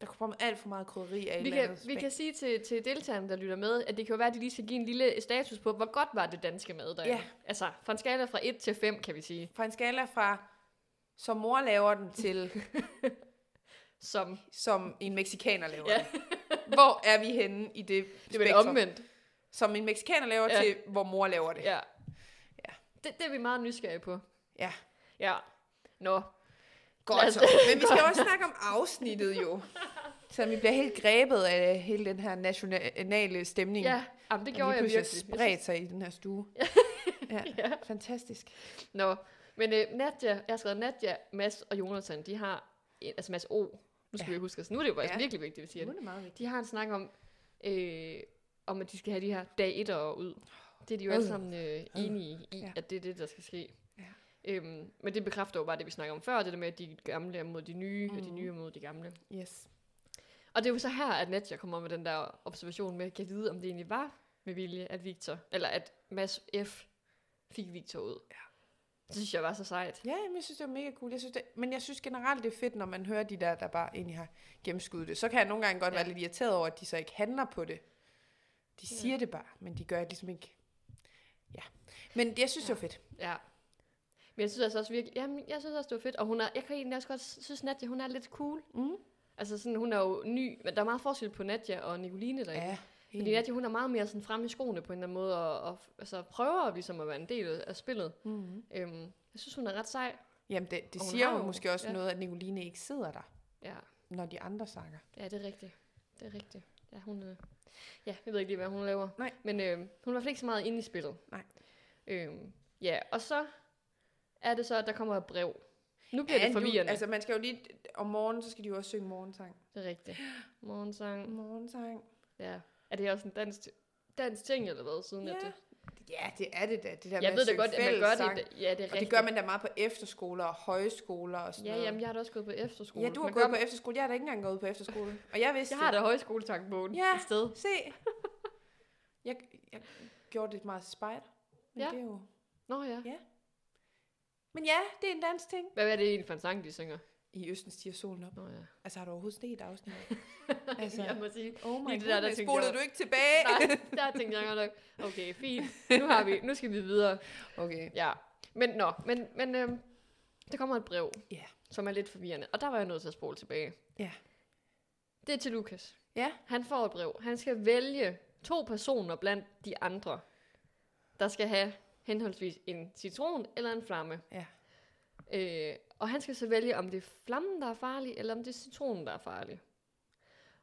S3: Der kunne komme alt for meget krydderi af et
S1: Vi,
S3: eller
S1: kan,
S3: andet
S1: vi
S3: spag.
S1: kan sige til, til deltagerne, der lytter med, at det kan jo være, at de lige skal give en lille status på, hvor godt var det danske mad derinde.
S3: Ja.
S1: Altså, fra en skala fra 1 til 5, kan vi sige.
S3: Fra en skala fra, som mor laver den, til
S1: Som,
S3: som en mexikaner laver
S1: Ja.
S3: ja. den. Hvor er vi henne i det,
S1: det er vel
S3: spektrum?
S1: omvendt.
S3: Som en mexikaner laver
S1: Ja.
S3: ja. til, hvor mor laver det. Ja.
S1: Ja.
S3: Ja.
S1: Det, det er vi meget nysgerrige på.
S3: Ja.
S1: Ja. Nå. Lad
S3: Godt
S1: os-
S3: så. Men vi skal også snakke om afsnittet jo. Så vi bliver helt grebet af hele den her nationale stemning.
S1: Ja, Jamen, det
S3: det
S1: gjorde
S3: gjorde
S1: jeg
S3: lige
S1: virkelig.
S3: pludselig
S1: Jeg
S3: har spredt sig i den her stue. ja.
S1: Ja.
S3: Fantastisk.
S1: Nå, men øh, Nadja, jeg har skrevet Nadja, Mads og Jonathan, de har, en, altså Mads O, nu skal ja.
S3: Ja.
S1: vi huske os, nu er det jo faktisk ja.
S3: Ja.
S1: virkelig vigtigt, vi siger
S3: Nu
S1: det.
S3: er det meget vigtigt.
S1: De har en snak om, øh, om at de skal have de her dag 1 og ud. Det er de jo alle
S3: Øh.
S1: sammen øh, enige i, ja.
S3: Ja.
S1: at det er det, der skal ske.
S3: Ja.
S1: Øhm, men det bekræfter jo bare det, vi snakker om før, det der med, at de gamle er mod de nye, mm. og de
S3: Mhm.
S1: nye er mod de gamle.
S3: Yes.
S1: Og det er jo så her, at Nadja kommer med den der observation med, kan vide, om det egentlig var med vilje, at Victor, eller at Mads F. fik Victor ud. Ja. Det synes jeg var så sejt.
S3: Ja, men jeg synes, det var mega cool. Jeg synes, det, men jeg synes generelt, det er fedt, når man hører de der, der bare egentlig har gennemskuddet det. Så kan jeg nogle gange godt
S1: Ja.
S3: ja. være lidt irriteret over, at de så ikke handler på det. De siger ja. det bare, men de gør det ligesom ikke. Ja. Men jeg synes, ja. det var fedt.
S1: Ja. Men jeg synes altså også virkelig, jamen, jeg synes også, det var fedt. Og hun er, jeg kan egentlig også godt synes, Nadja, hun er lidt cool.
S3: Mm.
S1: Altså sådan, hun er jo ny, men der er meget forskel på Nadja og Nicoline derinde. Ja. Fordi
S3: egentlig.
S1: Nadja, hun er meget mere sådan frem i skoene på en eller anden måde, og, og altså, prøver ligesom at være en del af spillet.
S3: Mm.
S1: Øhm, jeg synes, hun er ret sej.
S3: Jamen, det, det
S1: Og hun
S3: siger
S1: har
S3: jo
S1: jo-
S3: måske også
S1: ja.
S3: ja. noget, at Nicoline ikke sidder der,
S1: Ja,
S3: når de andre snakker.
S1: ja det er rigtigt. Det er rigtigt. Ja, hun, øh, ja, jeg ved ikke lige, hvad hun laver.
S3: Nej.
S1: Men øh, hun er i hvert fald ikke så meget inde i spillet.
S3: Nej.
S1: Øhm, ja, og så er det så, at der kommer et brev. Nu bliver ja, det
S3: nu-
S1: forvirrende.
S3: altså, man skal jo lige... Om morgenen, så skal de jo også synge morgensang.
S1: Det er rigtigt. Morgensang.
S3: Morgensang.
S1: Ja. Er det også en dansk, dansk ting, eller hvad, siden at
S3: Ja.
S1: det?
S3: Ja, det er det da. Det der med
S1: Jeg ved da
S3: synge
S1: godt, at man gør
S3: fællessang.
S1: det. i- Ja, det er
S3: Og
S1: rigtigt.
S3: det gør man da meget på efterskoler og højskoler og sådan
S1: Ja,
S3: noget.
S1: jamen, jeg har da også gået på efterskole.
S3: ja, du har
S1: Man
S3: gået
S1: gør-
S3: på efterskole. Jeg har da ikke engang gået på efterskole. Og jeg vidste
S1: Jeg har
S3: det.
S1: da højskoletankemåden
S2: Ja.
S1: et sted.
S3: Se. Jeg, jeg gjorde det meget til spejder. Men
S1: Ja.
S3: ja. det er jo...
S1: Nå ja.
S3: Men ja, det er en dansk ting.
S1: Hvad er det egentlig for en sang, de synger?
S3: I Østen stiger solen op.
S1: Nå ja.
S3: Altså, har du overhovedet set et afsnit?
S1: Altså,
S3: Altså,
S1: jeg må sige,
S3: Oh my
S1: Lige
S3: god,
S1: det der, der
S3: der
S1: tænkte
S3: spolede
S1: jeg-
S3: du ikke tilbage?
S1: nej, der tænkte jeg godt nok, okay, fint, nu, har vi, nu skal vi videre.
S3: Okay.
S1: Ja, men nå, men, men øh, der kommer et brev,
S3: Ja.
S1: som er lidt forvirrende, og der var jeg nødt til at spole tilbage.
S3: Ja.
S1: Det er til Lukas.
S3: Ja.
S1: Han får et brev. Han skal vælge to personer blandt de andre, der skal have henholdsvis en citron eller en flamme.
S3: Ja.
S1: Øh, og han skal så vælge, om det er flammen, der er farlig, eller om det er citronen, der er farlig.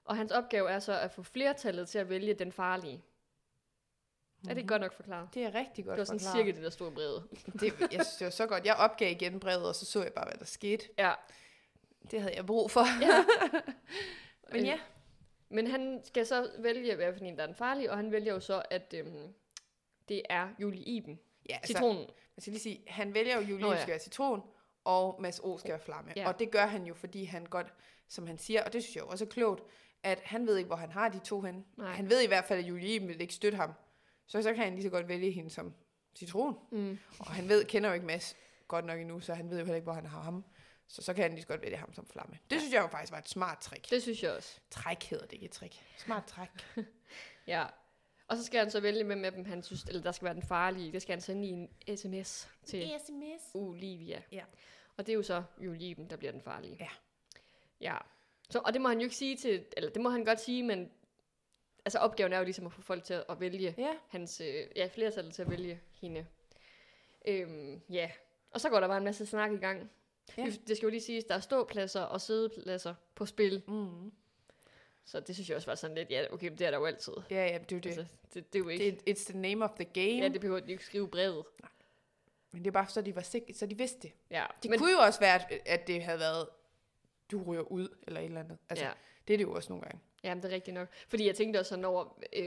S1: Og hans opgave er så at få flertallet til at vælge den farlige. Mm-hmm. Er det godt nok forklaret?
S3: Det er rigtig godt
S1: Det var sådan
S3: forklaret.
S1: cirka det, der stod i brevet.
S3: det, jeg synes, det var så godt. Jeg opgav igen brevet, og så så jeg bare, hvad der skete.
S1: Ja.
S3: Det havde jeg brug for.
S1: Ja. Øh,
S3: Men ja.
S1: Men han skal så vælge, hvad for en, der er den farlige, og han vælger jo så, at øhm, det er Julie Iben.
S3: ja
S1: Altså, Citronen.
S3: man skal lige sige, han vælger jo Julie
S1: Nå ja.
S3: ja. skal være citron, og Mads O skal være flamme.
S1: Ja.
S3: Ja. Og det gør han jo, fordi han godt, som han siger, og det synes jeg jo også er klogt, at han ved ikke, hvor han har de to henne.
S1: Nej.
S3: Han ved i hvert fald, at Julie Iben vil ikke støtte ham. Så, så kan han lige så godt vælge hende som citron.
S1: Mm.
S3: Og han ved, kender jo ikke Mads godt nok endnu, så han ved jo heller ikke, hvor han har ham. Så så kan han lige så godt vælge ham som flamme. Det synes jeg jo faktisk var et smart trick.
S1: Det synes jeg også.
S3: Træk hedder det ikke et trick. Smart træk.
S1: Ja. Og så skal han så vælge, hvem af dem han synes, eller der skal være den farlige. Det skal han sende i en sms til
S3: SMS.
S1: Olivia.
S3: Ja.
S1: Og det er jo så Julie Iben, der bliver den farlige.
S3: Ja.
S1: Ja. Så, og det må han jo ikke sige til, eller det må han godt sige, men altså opgaven er jo ligesom at få folk til at vælge
S3: Ja.
S1: hans, øh, ja, flertallet til at vælge hende. Øhm, ja, og så går der bare en masse snak i gang.
S3: Ja.
S1: Ja. Det skal jo lige siges, der er ståpladser og siddepladser på spil,
S3: Mm.
S1: så det synes jeg også var sådan lidt, ja, okay, men det er der jo altid. Det.
S3: Ja, ja, det er jo det.
S1: Altså, det, det er jo ikke,
S3: det er, it's the name of the game.
S1: ja, det behøver de ikke skrive brevet.
S3: Men det er bare, så de, var sikre, så de vidste det.
S1: Ja,
S3: Det men, kunne jo også være, at, at det havde været, du ryger ud, eller et eller andet. Altså,
S1: ja.
S3: ja. Det er det jo også nogle gange.
S1: Jamen, det er rigtigt nok. Fordi jeg tænkte også sådan over, øh,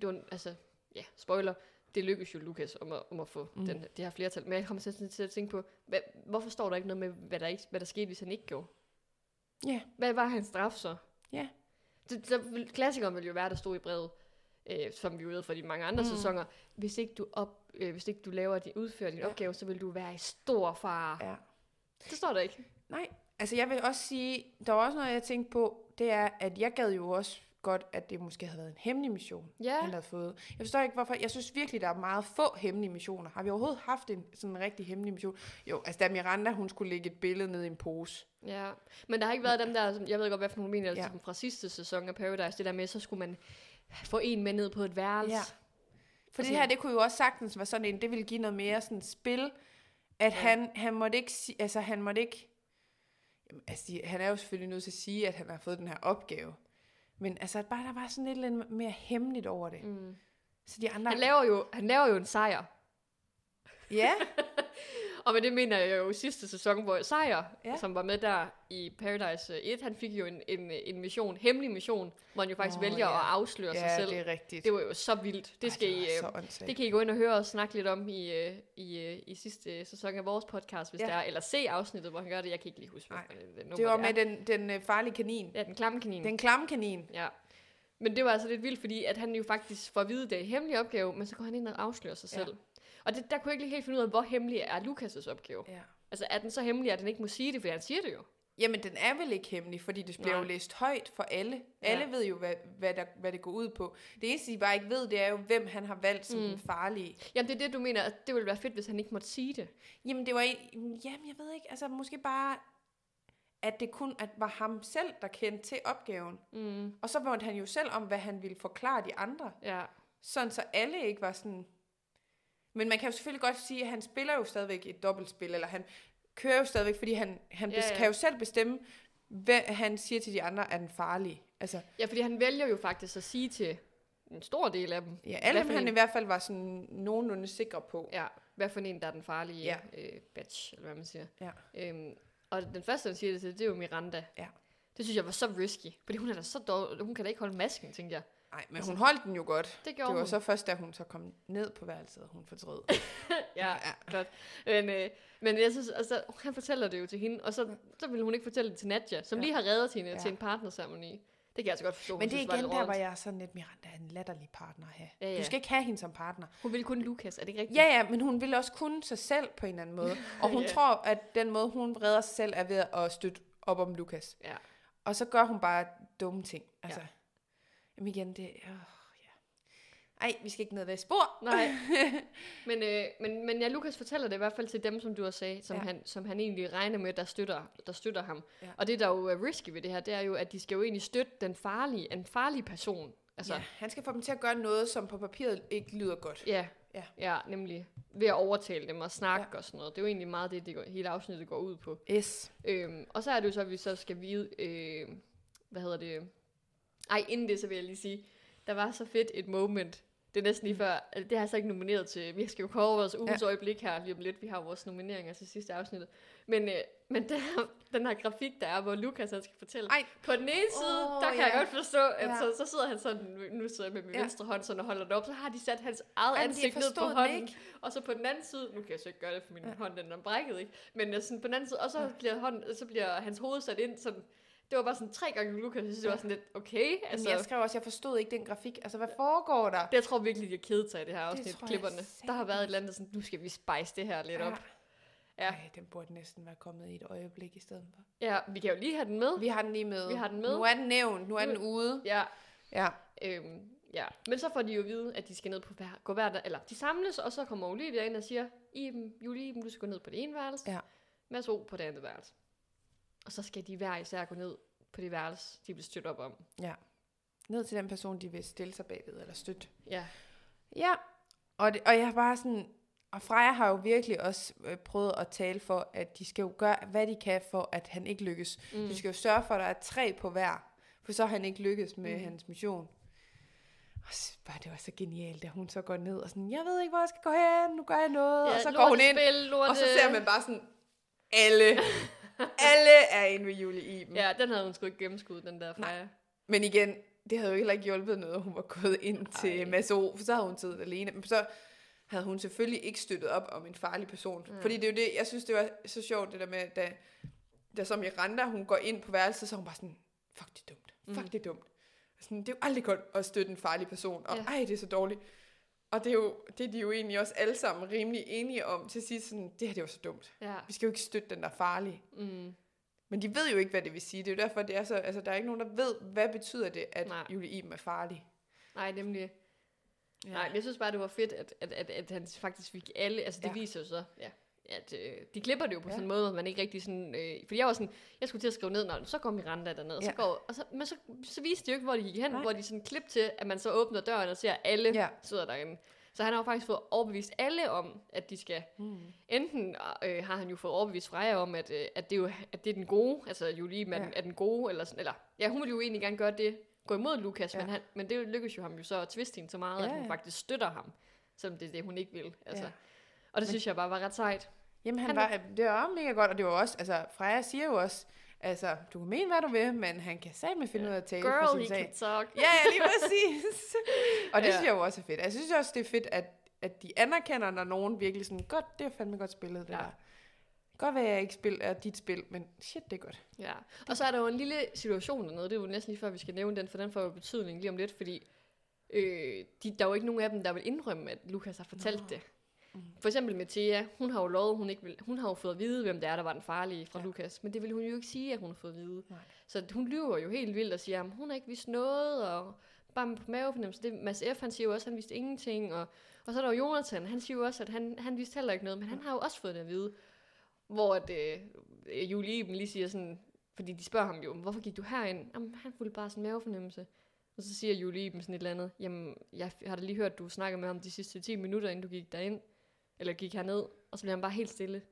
S1: det var, altså, ja, spoiler, det lykkedes jo Lukas om at, om at få mm.
S3: Mm.
S1: den, det her flertal. Men jeg kommer sådan til at tænke på, hvad, hvorfor står der ikke noget med, hvad der, ikke, hvad der skete, hvis han ikke gjorde?
S3: Ja.
S1: Hvad var hans straf så?
S3: Ja.
S1: Det, der, vil- klassikeren ville jo være, der stod i brevet, øh, som vi jo ved fra de mange andre mm.
S3: Mm.
S1: sæsoner. Hvis ikke du, op, øh, hvis ikke du laver din, udfører din ja.
S3: Ja.
S1: opgave, så vil du være i stor fare. Ja.
S3: ja.
S1: Det står der ikke.
S3: Nej, altså jeg vil også sige, der var også noget, jeg tænkte på, det er, at jeg gad jo også godt, at det måske havde været en hemmelig mission,
S1: Ja.
S3: han havde fået. Jeg forstår ikke, hvorfor. Jeg synes virkelig, der er meget få hemmelige missioner. Har vi overhovedet haft en sådan en rigtig hemmelig mission? Jo, altså da Miranda, hun skulle lægge et billede ned i en pose.
S1: Ja, men der har ikke været dem der, som- jeg ved godt, hvad for nogle mener,
S3: Ja.
S1: ja. fra sidste sæson af Paradise, det der med, så skulle man få en med ned på et værelse.
S3: Ja.
S1: Ja.
S3: For det
S1: Sådan.
S3: her, det kunne jo også sagtens være sådan en, det ville give noget mere sådan spil, at ja. han, han måtte ikke si- altså han måtte ikke, jamen, altså de- han er jo selvfølgelig nødt til at sige, at han har fået den her opgave, men altså at bare der var sådan et eller andet mere hemmeligt over det.
S1: Mm.
S3: Så de andre...
S1: Han, laver jo, han laver jo en sejr,
S3: Ja,
S1: og med det mener jeg jo sidste sæson, hvor Sejr, ja.
S3: Ja.
S1: som var med der i Paradise øh, 1, han fik jo en, en, en mission, hemmelig mission, hvor han jo faktisk
S3: Åh,
S1: oh, vælger
S3: ja.
S1: at afsløre sig
S3: ja
S1: selv.
S3: det
S1: Det,
S3: er rigtigt.
S1: det var jo så vildt. Det, skal I, øh,
S3: Ej, det,
S1: det
S3: det
S1: kan I gå ind og høre og snakke lidt om i, øh, i, øh, i sidste sæson af vores podcast, hvis ja.
S3: Ja.
S1: der er, eller se afsnittet, hvor han gør det. Jeg kan ikke lige huske, hvad
S3: Nej.
S1: det, nummer
S3: det var
S1: er.
S3: med den, den øh, farlige kanin.
S1: Ja, den klamme kanin.
S3: Den klamme kanin.
S1: Ja. Men det var altså lidt vildt, fordi at han jo faktisk får at vide, det er en hemmelig opgave, men så går han ind og afslører sig
S3: Ja.
S1: selv. Og det, der kunne jeg ikke lige helt finde ud af, hvor hemmelig er Lukas' opgave.
S3: Ja.
S1: Altså er den så hemmelig, at han ikke må sige det, for han siger det jo.
S3: Jamen, den er vel ikke hemmelig, fordi det bliver
S1: Nej.
S3: jo læst højt for alle.
S1: Ja.
S3: Alle ved jo, hvad, hvad, der, hvad det går ud på. Det eneste, de bare ikke ved, det er jo, hvem han har valgt som
S1: Mm.
S3: mm. den farlige.
S1: Jamen det er det, du mener, at det ville være fedt, hvis han ikke måtte sige det.
S3: Jamen, det var en, jamen, jeg ved ikke, altså måske bare, at det kun at var ham selv, der kendte til opgaven.
S1: Mm.
S3: Og så måtte han jo selv om, hvad han ville forklare de andre.
S1: Ja.
S3: Sådan så alle ikke var sådan... Men man kan jo selvfølgelig godt sige, at han spiller jo stadigvæk et dobbeltspil, eller han kører jo stadigvæk, fordi han, han
S1: Ja,
S3: ja, ja.
S1: ja.
S3: kan jo selv bestemme, hvad han siger til de andre er den farlige. Altså,
S1: ja, fordi han vælger jo faktisk at sige til en stor del af dem,
S3: Ja, alle
S1: Hvad for
S3: dem,
S1: en?
S3: han i hvert fald var sådan nogenlunde sikre på.
S1: ja, hvad for en, der er den farlige
S3: Ja.
S1: øh, batch, eller hvad man siger.
S3: Ja.
S1: Øhm, og den første, han siger det til, det er jo Miranda.
S3: Ja.
S1: Det synes jeg var så risky, fordi hun er da så dårlig, hun kan da ikke holde masken, tænkte jeg.
S3: Nej, men hun holdt den Altså, jo godt.
S1: Det gjorde
S3: Det var
S1: hun.
S3: så først, da hun så kom ned på værelset, at hun fortrød.
S1: Ja, ja. godt. Men, øh, men jeg synes, altså, han fortæller det jo til hende, og så, så ville hun ikke fortælle det til Nadja, som ja.
S3: Ja.
S1: lige har reddet hende ja.
S3: Ja.
S1: til en partnerceremoni. Det kan jeg altså godt forstå. hun
S3: men det er
S1: synes var
S3: igen
S1: lidt
S3: der,
S1: rådent.
S3: hvor jeg er sådan lidt, Miranda er en latterlig partner at have.
S1: Ja, ja.
S3: Du skal ikke have hende som partner.
S1: Hun ville kun Lukas, er det ikke rigtigt?
S3: Ja, ja, men hun vil også kunne sig selv på en eller anden måde. Og hun
S1: Ja.
S3: tror, at den måde, hun redder sig selv, er ved at støtte op om Lukas.
S1: Ja.
S3: Og så gør hun bare dumme ting. Altså, ja. Jamen igen, det... Øh, ja. Ej, vi skal ikke ned ved spor.
S1: Nej. men, øh, men, men ja, Lukas fortæller det i hvert fald til dem, som du har sagt, som,
S3: Ja.
S1: ja. han, som han egentlig regner med, der støtter, der støtter ham.
S3: Ja.
S1: Ja. Og det, der jo er risky ved det her, det er jo, at de skal jo egentlig støtte den farlige, en farlig person. Altså,
S3: Altså, ja,
S1: ja.
S3: han skal få dem til at gøre noget, som på papiret ikke lyder godt.
S1: Ja,
S3: Ja.
S1: ja. ja, nemlig ved at overtale dem og snakke ja. og sådan noget. Det er jo egentlig meget det, det går, hele afsnittet går ud på.
S3: Yes.
S1: Øhm, og så er det jo så, at vi så skal vide, øh, hvad hedder det? Ej, inden det, så vil jeg lige sige, der var så fedt et moment. Det er næsten lige før, altså, det har jeg så ikke nomineret til. Vi skal jo kåre vores ugens ja. øjeblik her lige om lidt. Vi har jo vores nomineringer til sidste afsnit. Men, øh, men den, her, den her grafik, der er, hvor Lukas han skal fortælle.
S3: Ej.
S1: På den ene side,
S3: Åh,
S1: oh, der kan
S3: ja.
S1: ja. jeg godt forstå, at
S3: Ja.
S1: ja. så, så sidder han sådan, nu- nu sidder jeg med min
S3: Ja.
S1: ja. venstre hånd sådan og holder det op, så har de sat hans eget
S3: Ej, men de
S1: ansigt ned på
S3: forstod den
S1: hånden.
S3: ikke.
S1: Og så på den anden side, nu kan jeg så ikke gøre det, for min
S3: Ja.
S1: ja. hånd den er brækket, ikke? Men øh, sådan på den anden side, og så, bliver, hånden, så bliver hans hoved sat ind sådan, det var bare sådan tre gange Lukas, jeg synes, det var sådan lidt, okay,
S3: Altså,
S1: altså,
S3: jeg skrev også, jeg forstod ikke den grafik. Altså, hvad foregår der?
S1: det, jeg tror virkelig, de har kedet sig i det her afsnit,
S3: tror jeg
S1: klipperne. Der har været et eller andet sådan, nu skal vi spice det her lidt op.
S3: Ja.
S1: Ja.
S3: Ej, den burde næsten være kommet i et øjeblik i stedet for.
S1: Ja, vi kan jo lige have den med.
S3: Vi har den lige med.
S1: Vi har den med.
S3: Nu er den nævnt. Nu er
S1: Nu-
S3: den ude.
S1: Ja,
S3: Ja.
S1: øhm, ja. Men så får de jo at vide, at de skal ned på hver, gå hver dag, eller de samles, og så kommer Olivia ind og siger, Iben, Julie, Iben, du skal gå ned på det ene værelse,
S3: Ja.
S1: Mads O på det andet værelse. Og så skal de hver især gå ned på det værelse, de bliver støttet op om.
S3: Ned til den person, de vil stille sig bagved eller støtte.
S1: Ja,
S3: Ja. Og, det, og jeg har bare sådan... Og Freja har jo virkelig også øh, prøvet at tale for, at de skal jo gøre, hvad de kan for, at han ikke lykkes. Mm. De skal jo sørge for, at der er tre på hver, for så har han ikke lykkes med mm. hans mission. Og så, bare, det var så genialt, at hun så går ned og sådan, jeg ved ikke, hvor jeg skal gå hen, nu gør jeg noget. Ja, og så går hun ind,
S1: lortespil, Lorte...
S3: Og så ser man bare sådan, alle, alle er inde ved Julie Iben. Ja.
S1: Ja, den havde hun sgu ikke gennemskuddet, den der Freja.
S3: Men igen, det havde jo heller ikke hjulpet noget, at hun var gået ind til
S1: Ej.
S3: Mads O, for så havde hun siddet alene. Men så havde hun selvfølgelig ikke støttet op om en farlig person. Mm. Fordi det er jo det, jeg synes, det var så sjovt, det der med, da, da som Miranda, hun går ind på værelset, så er hun bare sådan, fuck det er dumt, fuck mm. det er dumt. Sådan, det er jo aldrig godt at støtte en farlig person, og
S1: Ja.
S3: ej, det er så dårligt. Og det er, jo, det er de jo egentlig også alle sammen rimelig enige om til sidst, sådan, det her det var så dumt.
S1: Ja.
S3: Vi skal jo ikke støtte den, der er farlig.
S1: Mm.
S3: Men de ved jo ikke, hvad det vil sige. Det er jo derfor, det er så, altså, der er ikke nogen, der ved, hvad betyder det, at Nej.
S1: Nej.
S3: Julie Iben er farlig.
S1: Nej, nemlig.
S3: Ja.
S1: Ja. Nej, men jeg synes bare, det var fedt, at, at, at, at han faktisk fik alle... Altså, det
S3: Ja.
S1: ja. viser jo så, ja, at øh, de klipper det jo på
S3: Ja.
S1: ja. sådan en måde, at man ikke rigtig sådan... Øh, fordi jeg var sådan, jeg skulle til at skrive ned, når så går Miranda derned, og
S3: Ja.
S1: så går... Og så, men så, så viste det jo ikke, hvor de gik hen,
S3: Nej.
S1: Nej. hvor de sådan klip til, at man så åbner døren og ser, at alle
S3: Ja.
S1: ja. sidder derinde. Så han har jo faktisk fået overbevist alle om, at de skal
S3: Mm.
S1: enten øh, har han jo fået overbevist Freja om, at, øh, at, det er jo, at det er den gode, altså Julie er,
S3: Ja.
S1: ja. er den gode, eller sådan, eller, ja, hun ville jo egentlig gerne gøre det, gå imod Lukas,
S3: Ja.
S1: ja. men, han, men det lykkedes jo ham jo så at tviste hende så meget,
S3: Ja,
S1: ja, at hun
S3: ja.
S1: faktisk støtter ham, selvom det er det, hun ikke vil. Altså.
S3: Ja.
S1: Ja. Og det synes jeg bare var ret sejt.
S3: Jamen, han, han
S1: Han
S3: var, det var mega godt, og det var også, altså, Freja siger jo også, altså, du kan mene, hvad du vil, men han kan sammen finde ud af at tale Øh, for
S1: Girl,
S3: sin
S1: he
S3: sag.
S1: can talk.
S3: Ja, ja, lige præcis. og det ja.
S1: Ja.
S3: synes jeg jo også er fedt. Jeg synes også, det er fedt, at, at de anerkender, når nogen virkelig sådan, godt, det er fandme godt spillet, det ja.
S1: Ja.
S3: der. Godt være, jeg ikke spil, er dit spil, men shit, det er godt.
S1: Ja. Og så er der jo en lille situation dernede, det er jo næsten lige før, vi skal nævne den, for den får jo betydning lige om lidt, fordi øh, de, der er jo ikke nogen af dem, der vil indrømme, at Lukas har fortalt
S3: Nå. Mm.
S1: Nå. det. For eksempel med Thea, hun har jo lovet, hun ikke vil, hun har jo fået at vide, hvem det er, der var den farlige fra
S3: Ja.
S1: ja. Lukas, men det ville hun jo ikke sige, at hun har fået at vide.
S3: Nej.
S1: Så hun lyver jo helt vildt og siger, at hun har ikke vidst noget, og bare med på mavefornemmelse. Det, Mads F, han siger jo også, at han vidste ingenting, og, og så er der jo Jonathan, han siger jo også, at han, han vidste heller ikke noget, men han har jo også fået det at vide. Hvor at, øh, Julie Iben lige siger sådan, fordi de spørger ham jo, hvorfor gik du herind? Jamen, han fulgte bare sådan en mavefornemmelse. Og så siger Julie Iben sådan et eller andet, jamen, jeg har da lige hørt, du snakker med ham de sidste 10 minutter, inden du gik derind, eller gik herned, og så bliver han bare helt stille.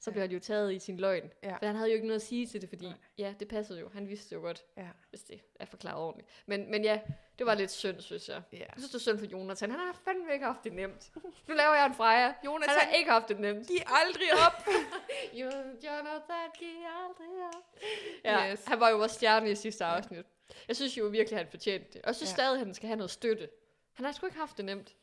S1: Så
S3: Ja.
S1: bliver han jo taget i sin løgn.
S3: Ja.
S1: For han havde jo ikke noget at sige til det, fordi
S3: Nej.
S1: Nej. ja, det passede jo. Han vidste jo godt,
S3: Ja.
S1: hvis det er forklaret ordentligt. Men, men ja, det var lidt synd, synes jeg.
S3: Ja.
S1: Jeg synes, det er synd for Jonathan. Han har fandme ikke haft det nemt. Nu laver jeg en Freja. Han
S3: Jonathan,
S1: har ikke haft det nemt.
S3: de er aldrig op.
S1: Jo, Jonathan giver aldrig op. Ja,
S3: Yes.
S1: yes. han var jo også stjerne i sidste afsnit. Jeg synes jo virkelig, han fortjente det. Og jeg synes
S3: Ja.
S1: ja. stadig, han skal have noget støtte. Han har sgu ikke haft det nemt.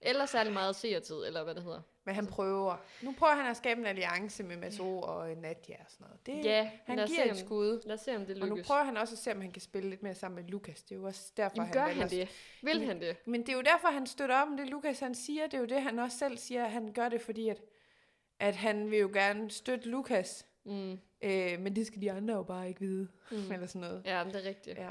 S1: Eller særlig meget seertid, eller hvad det hedder.
S3: Men han prøver. Nu prøver han at skabe en alliance med Maso og øh, Nadia og sådan noget. Det,
S1: Ja,
S3: han
S1: lad os
S3: giver
S1: se,
S3: et
S1: om-
S3: skud.
S1: Lad os se, om det
S3: Og nu
S1: lykkes.
S3: prøver han også at se, om han kan spille lidt mere sammen med Lukas. Det er jo også derfor,
S1: Jamen,
S3: han
S1: gør
S3: valgte
S1: han
S3: os.
S1: det? Vil han det?
S3: Men det er jo derfor, han støtter op om det, Lukas han siger. Det er jo det, han også selv siger, at han gør det, fordi at, at han vil jo gerne støtte Lukas.
S1: Mm.
S3: Øh, men det skal de andre jo bare ikke vide, mm.
S1: Mm.
S3: eller sådan noget.
S1: Ja, men det er rigtigt.
S3: Ja.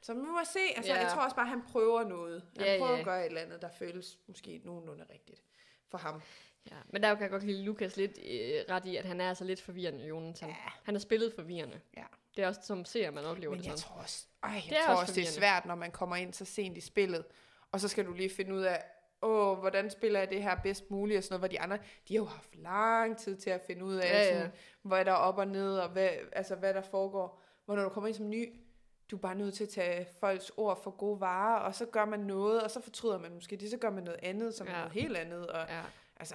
S3: Så vi må se. Altså,
S1: Ja.
S3: Jeg tror også bare, han prøver noget. Han
S1: Ja,
S3: prøver
S1: ja.
S3: at gøre et eller andet, der føles måske nogenlunde rigtigt for ham.
S1: Ja. Men der kan jeg godt lide Lukas lidt øh, ret i, at han er altså lidt forvirrende, Jonathan. Ja. Han er spillet forvirrende.
S3: Ja.
S1: Det er også som ser, man oplever
S3: Men
S1: det
S3: jeg
S1: sådan.
S3: tror også, ej, jeg
S1: Det er
S3: tror
S1: også
S3: også det er
S1: forvirrende.
S3: svært, når man kommer ind så sent i spillet, og så skal du lige finde ud af, åh, hvordan spiller jeg det her bedst muligt, og sådan noget, hvor de andre, de har jo haft lang tid til at finde ud af,
S1: Ja,
S3: ja, sådan,
S1: ja.
S3: ja. hvad er der er op og ned, og hvad, altså, hvad der foregår. Hvor når du kommer ind som ny, du er bare nødt til at tage folks ord for gode varer, og så gør man noget, og så fortryder man måske det, så gør man noget andet, som ja.
S1: Ja.
S3: er noget helt andet, og
S1: Ja.
S3: altså,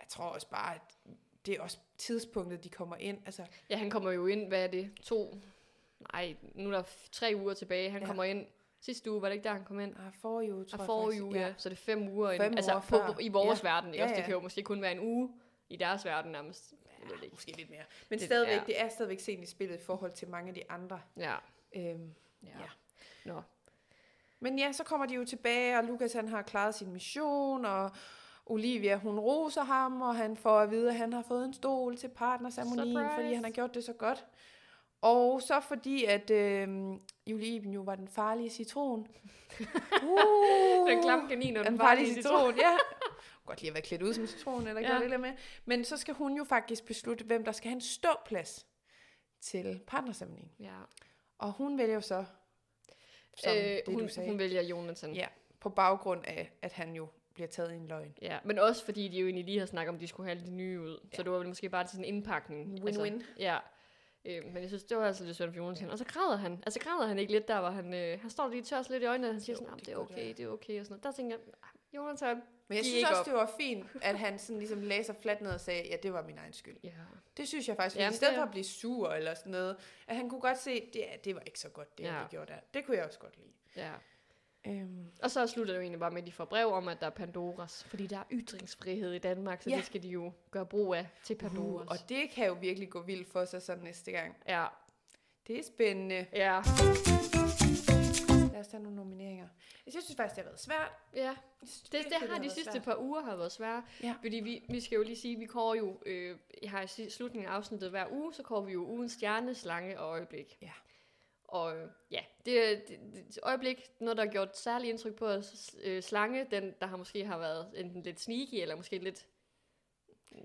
S3: jeg tror også bare, at det er også tidspunktet, de kommer ind, altså,
S1: ja, han kommer jo ind, hvad er det, to, nej, nu er der f- tre uger tilbage. Han
S3: Ja.
S1: ja. kommer ind, sidste uge var det ikke der, han kom ind?
S3: ah, foruge, tror
S1: Og
S3: jeg
S1: forrige
S3: faktisk,
S1: uge, ja. Så det er fem uger.
S3: Fem
S1: inden, altså,
S3: uger
S1: på,
S3: før.
S1: på, i vores
S3: Ja.
S1: ja. verden.
S3: Ja,
S1: Ja, ja. Det
S3: ja.
S1: kan jo måske kun være en uge i deres verden nærmest. Jeg ved det ikke.
S3: Måske lidt mere. Men det,
S1: Det-
S3: stadigvæk, ja.
S1: ja.
S3: det er stadigvæk sent i spillet i forhold til mange af de andre.
S1: Ja.
S3: Øhm.
S1: ja.
S3: Ja.
S1: ja. Nå.
S3: Men ja, så kommer de jo tilbage, og Lukas han har klaret sin mission, og Olivia hun roser ham, og han får at vide, at han har fået en stol til partnersamonien,
S1: Surprise!
S3: fordi han har gjort det så godt. Og så fordi, at øhm, Julie Iben jo var den farlige citron. Uh,
S1: Den klamme kanin og
S3: den
S1: den
S3: farlige
S1: farlige
S3: citron, ja. Godt lige at være klædt ud som citron, eller
S1: Ja.
S3: ja. det med. Men så skal hun jo faktisk beslutte, hvem der skal have en ståplads til partnersamlingen.
S1: Ja.
S3: Og hun vælger jo så, som øh, det
S1: hun,
S3: du sagde,
S1: hun vælger Jonathan.
S3: Ja. på baggrund af, at han jo bliver taget i en løgn.
S1: Ja, men også fordi de jo egentlig lige har snakket om, at de skulle have det nye ud. Ja.
S3: Ja.
S1: Så det var vel måske bare til sådan en indpakning.
S3: Win-win.
S1: Altså, ja. Øh, men jeg synes, det var altså lidt synd for Jonathan. Og så græder han. Altså græder han ikke lidt der, hvor han, øh, han står lige tørs lidt i øjnene, og han siger
S3: Jo,
S1: sådan, "Jamen,
S3: det
S1: det er
S3: kunne
S1: okay,
S3: være."
S1: det er okay, og sådan noget. Der tænker jeg, "Ah, Jonathan.
S3: Men jeg
S1: Giv
S3: synes
S1: ikke
S3: også,
S1: op.
S3: det var fint, at han sådan ligesom lagde sig fladt ned og sagde, ja, det var min egen skyld.
S1: Ja.
S3: Det synes jeg faktisk, Jamen,
S1: Jamen,
S3: i stedet
S1: det
S3: for
S1: er-
S3: at blive sur eller sådan noget, at han kunne godt se, det, ja, det var ikke så godt, det ja.
S1: Ja.
S3: han gjorde der. Det kunne jeg også godt lide.
S1: ja.
S3: Øhm,
S1: Og så slutter det jo egentlig bare med, at de får brev om, at der er Pandoras. Fordi der er ytringsfrihed i Danmark, så
S3: Ja.
S1: ja. det skal de jo gøre brug af til Pandoras.
S3: og det kan jo virkelig gå vildt for sig så næste gang.
S1: Ja,
S3: Det er spændende.
S1: ja,
S3: Lad os tage nogle nomineringer. Jeg synes faktisk, det har været svært.
S1: ja.
S3: Jeg synes,
S1: Det,
S3: virkelig,
S1: det har de
S3: været
S1: sidste
S3: svært.
S1: par uger har været svære.
S3: Ja.
S1: Fordi vi, vi skal jo lige sige, vi kårer jo, øh, jeg har i si- slutningen af afsnittet hver uge, så kårer vi jo ugen stjerne, slange og øjeblik.
S3: Ja.
S1: Og øh, ja, det, det, det øjeblik, noget der har gjort særlig indtryk på os, øh, slange, den der har måske har været enten lidt sneaky, eller måske lidt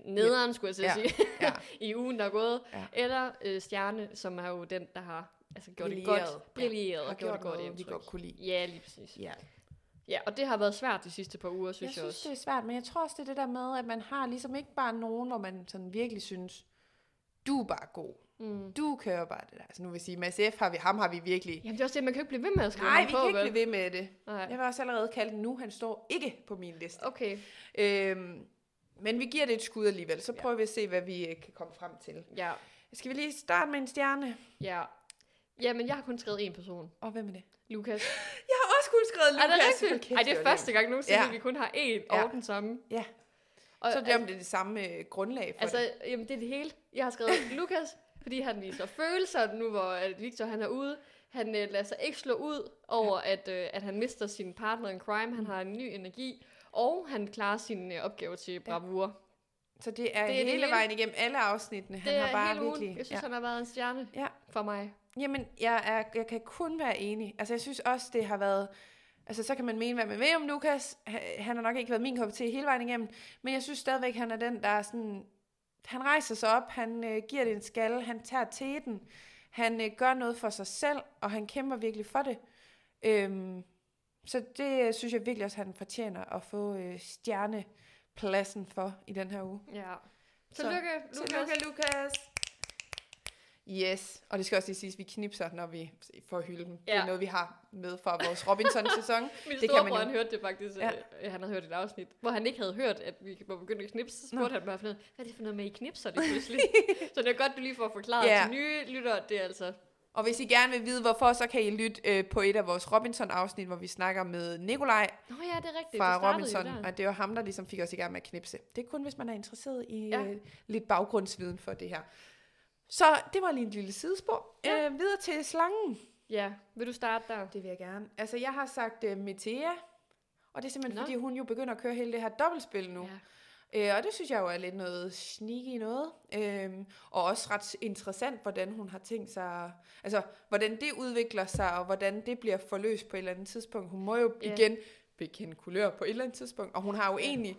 S1: nederen, skulle jeg til at
S3: Ja.
S1: sige.
S3: Ja.
S1: i ugen, der er gået.
S3: Ja.
S1: Ja. Eller øh, Stjerne, som er jo den, der har altså, gjort det
S3: Brilleret.
S1: godt. Brilleret
S3: har
S1: og gjort,
S3: gjort
S1: det godt
S3: noget, vi
S1: indtryk.
S3: godt kunne lide.
S1: Ja, lige præcis.
S3: Ja.
S1: Ja, og det har været svært de sidste par uger, synes jeg,
S3: jeg synes,
S1: også.
S3: det er svært, men jeg tror også, det er det der med, at man har ligesom ikke bare nogen, hvor man sådan virkelig synes, du er bare god.
S1: Mm.
S3: Du kører bare det der. Altså nu vil jeg sige, Mads F. har vi, ham har vi virkelig.
S1: Jamen, det er også det, man kan jo ikke blive ved med at skrive
S3: Nej,
S1: ham
S3: vi
S1: på,
S3: kan ikke
S1: vel?
S3: blive ved med det.
S1: Nej.
S3: Jeg vil også allerede kalde den nu, han står ikke på min liste.
S1: Okay,
S3: Øhm, men vi giver det et skud alligevel, så prøver vi at se, hvad vi øh, kan komme frem til.
S1: ja.
S3: Skal vi lige starte med en stjerne?
S1: ja. Jamen, jeg har kun skrevet én person.
S3: Og hvem er det?
S1: Lukas.
S3: Jeg har også kunnet skrevet
S1: Er
S3: Lukas.
S1: det
S3: Hold
S1: rigtigt?
S3: kæft,
S1: Ej, det
S3: var
S1: er første gang nogensinde,
S3: Ja.
S1: at vi kun har én
S3: Ja.
S1: og den samme.
S3: Ja.
S1: Og,
S3: Så det er om det er det samme øh, grundlag for
S1: Altså,
S3: det.
S1: jamen, det er det hele. Jeg har skrevet Lukas, fordi han viser følelser nu, hvor at Victor han er ude. Han øh, lader sig ikke slå ud over, ja. Mm. at, øh, at han mister sin partner in crime. Han har en ny energi, og han klarer sin øh, opgave til bravur. Ja.
S3: Så det er,
S1: det
S3: det
S1: er
S3: er hele
S1: hele-
S3: vejen igennem alle afsnittene.
S1: Det
S3: han
S1: er
S3: har bare
S1: hele ugen.
S3: virkelig...
S1: Jeg synes, ja. han har været en stjerne
S3: Ja.
S1: for mig.
S3: Jamen, jeg, er, jeg kan kun være enig. Altså, jeg synes også, det har været... Altså, så kan man mene, hvad man vil om Lukas. Ha- Han har nok ikke været min kop te hele vejen igennem. Men jeg synes stadigvæk, han er den, der er sådan... Han rejser sig op, han øh, giver det en skalle, han tager teten. Han øh, gør noget for sig selv, og han kæmper virkelig for det. Øhm, så det øh, synes jeg virkelig også, han fortjener at få øh, stjernepladsen for i den her uge.
S1: Ja.
S3: Så-
S1: Tillykke, Lukas.
S3: Tillykke, Lukas! Yes, og det skal også lige siges, at vi knipser, når vi får hylden. Ja. Det er
S1: Ja.
S3: noget, vi har med fra vores Robinson-sæson.
S1: Min
S3: Det kan man
S1: storebror,
S3: jo.
S1: han hørte det faktisk.
S3: Ja.
S1: Ja. Øh, han havde hørt et afsnit, hvor han ikke havde hørt, at vi var begyndt at knipse. Så spurgte han bare for noget, hvad er det for noget med, I knipser det pludselig? så det er godt, du lige får forklaret
S3: Ja.
S1: ja. til nye lyttere, det er altså...
S3: og hvis I gerne vil vide, hvorfor, så kan I lytte øh, på et af vores Robinson-afsnit, hvor vi snakker med Nikolaj
S1: Nå ja, det er rigtigt. det
S3: fra
S1: startede
S3: Robinson.
S1: Jo der.
S3: Og det var ham, der ligesom fik os i gang med at knipse. Det er kun, hvis man er interesseret i ja.
S1: Ja.
S3: øh, lidt baggrundsviden for det her. Så det var lige en lille sidespor. Ja.
S1: Ja.
S3: Øh, videre til slangen.
S1: Ja, vil du starte der?
S3: Det vil jeg gerne. Altså, jeg har sagt uh, Metea, og det er simpelthen, Nå.
S1: Nå.
S3: fordi hun jo begynder at køre hele det her dobbeltspil nu. Ja.
S1: Ja.
S3: Øh, og det synes jeg jo er lidt noget sneaky noget. Øh, og også ret interessant, hvordan hun har tænkt sig... Altså, hvordan det udvikler sig, og hvordan det bliver forløst på et eller andet tidspunkt. Hun må jo
S1: Ja.
S3: igen bekende kulør på et eller andet tidspunkt. Og hun har jo egentlig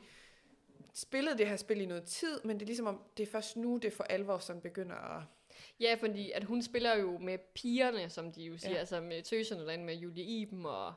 S3: spillet det her spil i noget tid, men det er ligesom om, det er først nu, det for alvor sådan begynder at...
S1: Ja, fordi at hun spiller jo med pigerne, som de jo siger,
S3: Ja.
S1: ja. altså med tøserne derinde, med Julie Iben og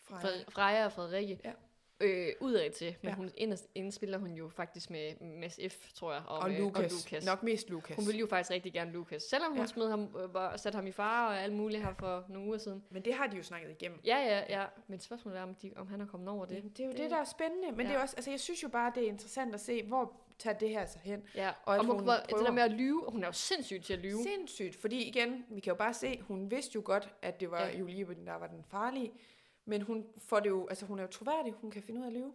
S3: Freja.
S1: Fred- Freja og Frederikke.
S3: Ja.
S1: Øh, udad til, men
S3: Ja.
S1: ja. hun inderst inde spiller hun jo faktisk med Mads F, tror jeg, og,
S3: Og,
S1: med,
S3: Lukas.
S1: og Lukas.
S3: Nok mest Lukas.
S1: Hun ville jo faktisk rigtig gerne Lukas, selvom hun
S3: Ja.
S1: ja. smed ham, øh, var- satte ham i fare og alt muligt her for nogle uger siden.
S3: Men det har de jo snakket igennem.
S1: Ja, ja, ja. Men spørgsmålet er, om, de, om han er kommet over
S3: Det,
S1: det.
S3: det er jo det,
S1: det-
S3: det der er spændende. Men ja. det er
S1: Ja.
S3: også, altså, jeg synes jo bare, det er interessant at se, hvor tager det her sig hen.
S1: Ja,
S3: Og
S1: og,
S3: at
S1: og
S3: hun
S1: hun, var,
S3: prøver.
S1: det der med at lyve, hun er jo sindssygt til at lyve.
S3: Sindssygt, fordi igen, vi kan jo bare se, hun vidste jo godt, at det var ja.
S1: Ja.
S3: Julie, Iben, der var den farlige. Men hun, får det jo, altså, hun er jo troværdig, hun kan finde ud af at leve.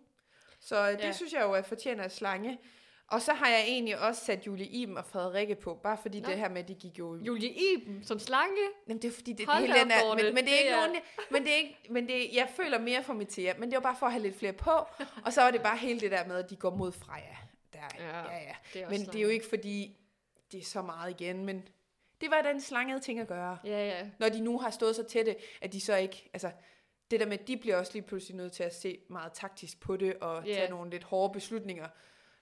S3: Så øh, det ja.
S1: Ja.
S3: synes jeg jo, at fortjener at slange. Og så har jeg egentlig også sat Julie Iben og Frederikke på, bare fordi Nå.
S1: Nå.
S3: det her med, at de gik jo...
S1: Julie Iben som slanke.
S3: Jamen, det er fordi, det, det
S1: Hold
S3: hele
S1: da
S3: den
S1: op,
S3: er,
S1: Dorte,
S3: men, men det er
S1: det
S3: ikke
S1: er-
S3: nogen, men det er ikke, men det er, jeg føler mere for Mathias, men det var bare for at have lidt flere på, og så var det bare hele det der med, at de går mod Freja. Der, ja,
S1: Ja,
S3: ja, ja.
S1: Det er også
S3: Men det er jo ikke fordi, det er så meget igen, men det var den slangede ting at gøre.
S1: slanke. Ja, ja.
S3: Når de nu har stået så tætte, at de så ikke, altså det der med, at de bliver også lige pludselig nødt til at se meget taktisk på det, og
S1: Ja.
S3: yeah. tage nogle lidt hårde beslutninger.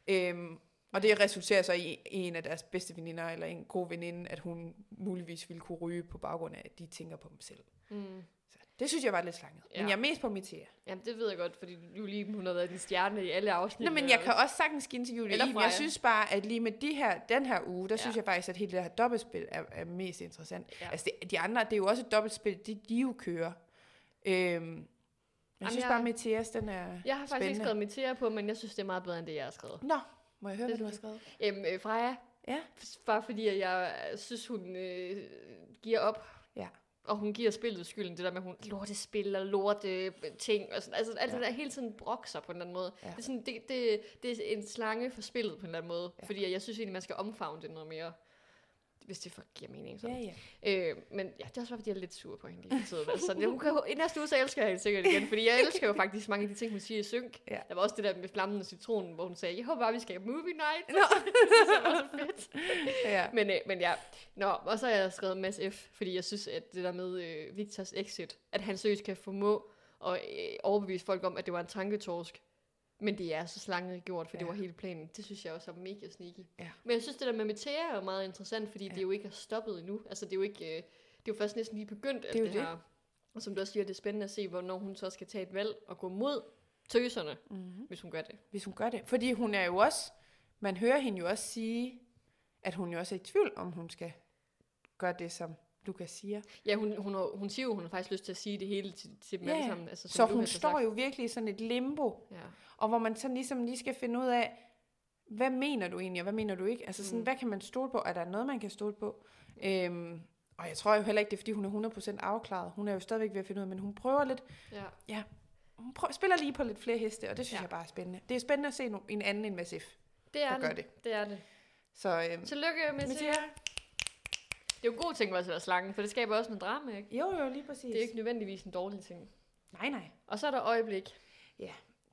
S3: Øhm, og det resulterer så i i en af deres bedste veninder, eller en god veninde, at hun muligvis ville kunne ryge på baggrund af, at de tænker på dem selv.
S1: Mm.
S3: Så det synes jeg var lidt slanget. Ja.
S1: Ja.
S3: Men jeg er mest på mit tæer.
S1: Jamen, det ved jeg godt, fordi Julie Iben, hun har været din stjerne i alle afsnit.
S3: Nå, men jeg kan også sagtens give til Julie
S1: Eller
S3: Iben.
S1: Freja.
S3: Jeg synes bare, at lige med de her, den her uge, der ja.
S1: Ja.
S3: synes jeg faktisk, at hele det her dobbeltspil er, er mest interessant. Ja.
S1: Ja.
S3: Altså det, de andre, det er jo også et dobbeltspil, de, de jo kører. Øhm, men jeg
S1: Jamen,
S3: synes
S1: jeg-
S3: bare, at Mathias, den er...
S1: Jeg har faktisk ikke
S3: Spændende.
S1: skrevet mit tæer på, men jeg synes, det er meget bedre, end det, jeg har skrevet.
S3: Nå, må jeg høre,
S1: Det
S3: hvad du har
S1: synes
S3: skrevet?
S1: Jamen, øh, Freja,
S3: Ja.
S1: f- bare fordi at jeg øh, synes, hun øh, giver op.
S3: Ja.
S1: Og hun giver spillet skylden, det der med, at hun lorte spil og lorte øh, ting. Og sådan. Altså, alt det
S3: Ja.
S1: der hele tiden brokser på en eller anden måde.
S3: Ja.
S1: Ja. Det, er sådan, det, det, det er en slange for spillet på en eller anden måde.
S3: Ja.
S1: Ja. Fordi at jeg synes egentlig, man skal omfavne det noget mere. Hvis det for, giver mening. Sådan.
S3: Ja, ja.
S1: Øh, men ja, det er også bare, fordi jeg er lidt sur på hende lige for tiden. Altså, hun kan, jo- i næste uge, så elsker jeg hende sikkert igen, fordi jeg elsker jo faktisk mange af de ting, hun siger i synk.
S3: Ja.
S1: Der var også det der med flammen og citronen, hvor hun sagde, jeg håber bare, vi skal have movie night.
S3: Nå.
S1: det var så fedt.
S3: ja.
S1: Men, øh, men ja, Nå, og så har jeg skrevet Mads F, fordi jeg synes, at det der med øh, Victors exit, at han seriøst kan formå og øh, overbevise folk om, at det var en tanketorsk. Men det er så slanget gjort, for ja. det
S3: Ja.
S1: var hele planen. Det synes jeg også er mega sneaky.
S3: Ja.
S1: Men jeg synes, det der med Metea er meget interessant, fordi
S3: Ja.
S1: ja. det jo ikke er stoppet endnu. Altså, det er jo ikke... Øh, det er jo først næsten lige begyndt, alt
S3: er jo
S1: det, det
S3: det.
S1: her. Og som du også siger, det er spændende at se, hvornår hun så skal tage et valg og gå mod tøserne,
S3: Mm-hmm.
S1: hvis hun gør det.
S3: Hvis hun gør det. Fordi hun er jo også... Man hører hende jo også sige, at hun jo også er i tvivl, om hun skal gøre det, som Lukas siger.
S1: Ja, hun, hun, har- hun siger jo, hun har faktisk lyst til at sige det hele til, til dem
S3: Ja,
S1: alle
S3: ja.
S1: sammen. Altså,
S3: Så
S1: du
S3: hun
S1: har
S3: står
S1: sagt.
S3: jo virkelig i sådan et limbo.
S1: Ja.
S3: Og hvor man sådan ligesom lige skal finde ud af, hvad mener du egentlig, og hvad mener du ikke? Altså sådan, mm.
S1: Mm.
S3: hvad kan man stole på? Er der noget, man kan stole på? Øhm, og jeg tror jo heller ikke, det er, fordi hun er 100% afklaret. Hun er jo stadigvæk ved at finde ud af, men hun prøver lidt.
S1: ja.
S3: Hun prøver, spiller lige på lidt flere heste, og det synes ja.
S1: Ja.
S3: jeg bare er spændende. Det er spændende at se no- en anden end Mads F,
S1: Det er
S3: der gør
S1: det.
S3: det.
S1: Det er det.
S3: Så øhm,
S1: Tillykke, Metea. Det er jo en god ting også at være slangen, for det skaber også noget drama, ikke?
S3: jo jo, lige præcis.
S1: Det er ikke nødvendigvis en dårlig ting.
S3: Nej, nej.
S1: Og så er der øjeblik.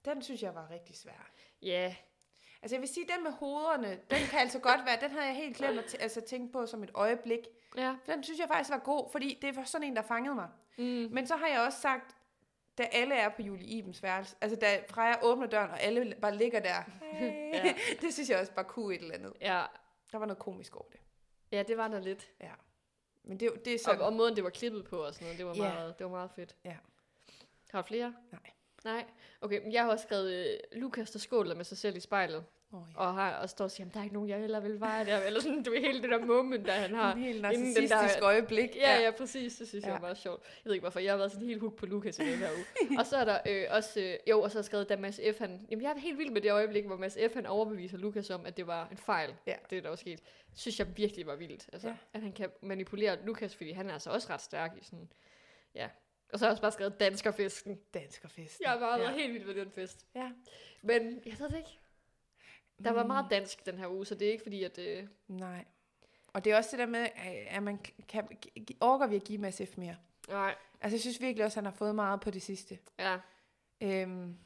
S3: Den synes jeg var rigtig svær.
S1: Ja,
S3: Altså jeg vil sige, den med hovederne, den kan altså godt være, den havde jeg helt glemt at tæ- altså, tænke på som et øjeblik.
S1: ja.
S3: Den synes jeg faktisk var god, fordi det var sådan en, der fangede mig.
S1: Mm.
S3: Men så har jeg også sagt, da alle er på Julie Ibens værelse, altså da Freja åbner døren, og alle bare ligger der, ja.
S1: Ja.
S3: det synes jeg også bare kunne et eller andet.
S1: Ja.
S3: Der var noget komisk over det.
S1: ja, det var der lidt.
S3: Men det, er jo- det er
S1: Og,
S3: sådan,
S1: og måden, det var klippet på og sådan noget, det var,
S3: Ja.
S1: meget, det var meget fedt.
S3: Ja.
S1: Har du flere?
S3: Nej.
S1: Nej? Okay, men jeg har også skrevet øh, Lukas, der skåler med sig selv i spejlet,
S3: oh, ja.
S1: og, har, og står og siger, "Jamen, der er ikke nogen, jeg heller vil veje der, eller sådan, du ved, hele det der moment, der han har.
S3: en helt
S1: inden den
S3: narcissistisk
S1: der-
S3: øjeblik.
S1: Ja, ja, præcis, det synes
S3: Ja.
S1: jeg er meget sjovt. Jeg ved ikke hvorfor, jeg har været sådan helt hooked på Lukas i den her uge. og så er der øh, også, øh, jo, og så har jeg skrevet, da Mads F. han, jamen jeg er helt vild med det øjeblik, hvor Mads F. han overbeviser Lukas om, at det var en fejl,
S3: Ja.
S1: det der var sket. Synes jeg virkelig var vildt, altså,
S3: Ja.
S1: ja. at han kan manipulere Lukas, fordi han er altså også ret stærk i sådan, ja. Og så har jeg også bare skrevet danskerfisken.
S3: Danskerfest.
S1: Jeg har bare været
S3: ja.
S1: helt vild med den fest.
S3: Ja. Mm,
S1: Men jeg ved det ikke. Der var meget dansk den her uge, så det er ikke fordi, at... Øh,
S3: Nej. Og det er også det der med, øh, at man kan, kan- orker vi at give Mads F mere.
S1: nej,
S3: Altså jeg synes virkelig også, at han har fået meget på det sidste.
S1: ja.
S3: Øhm,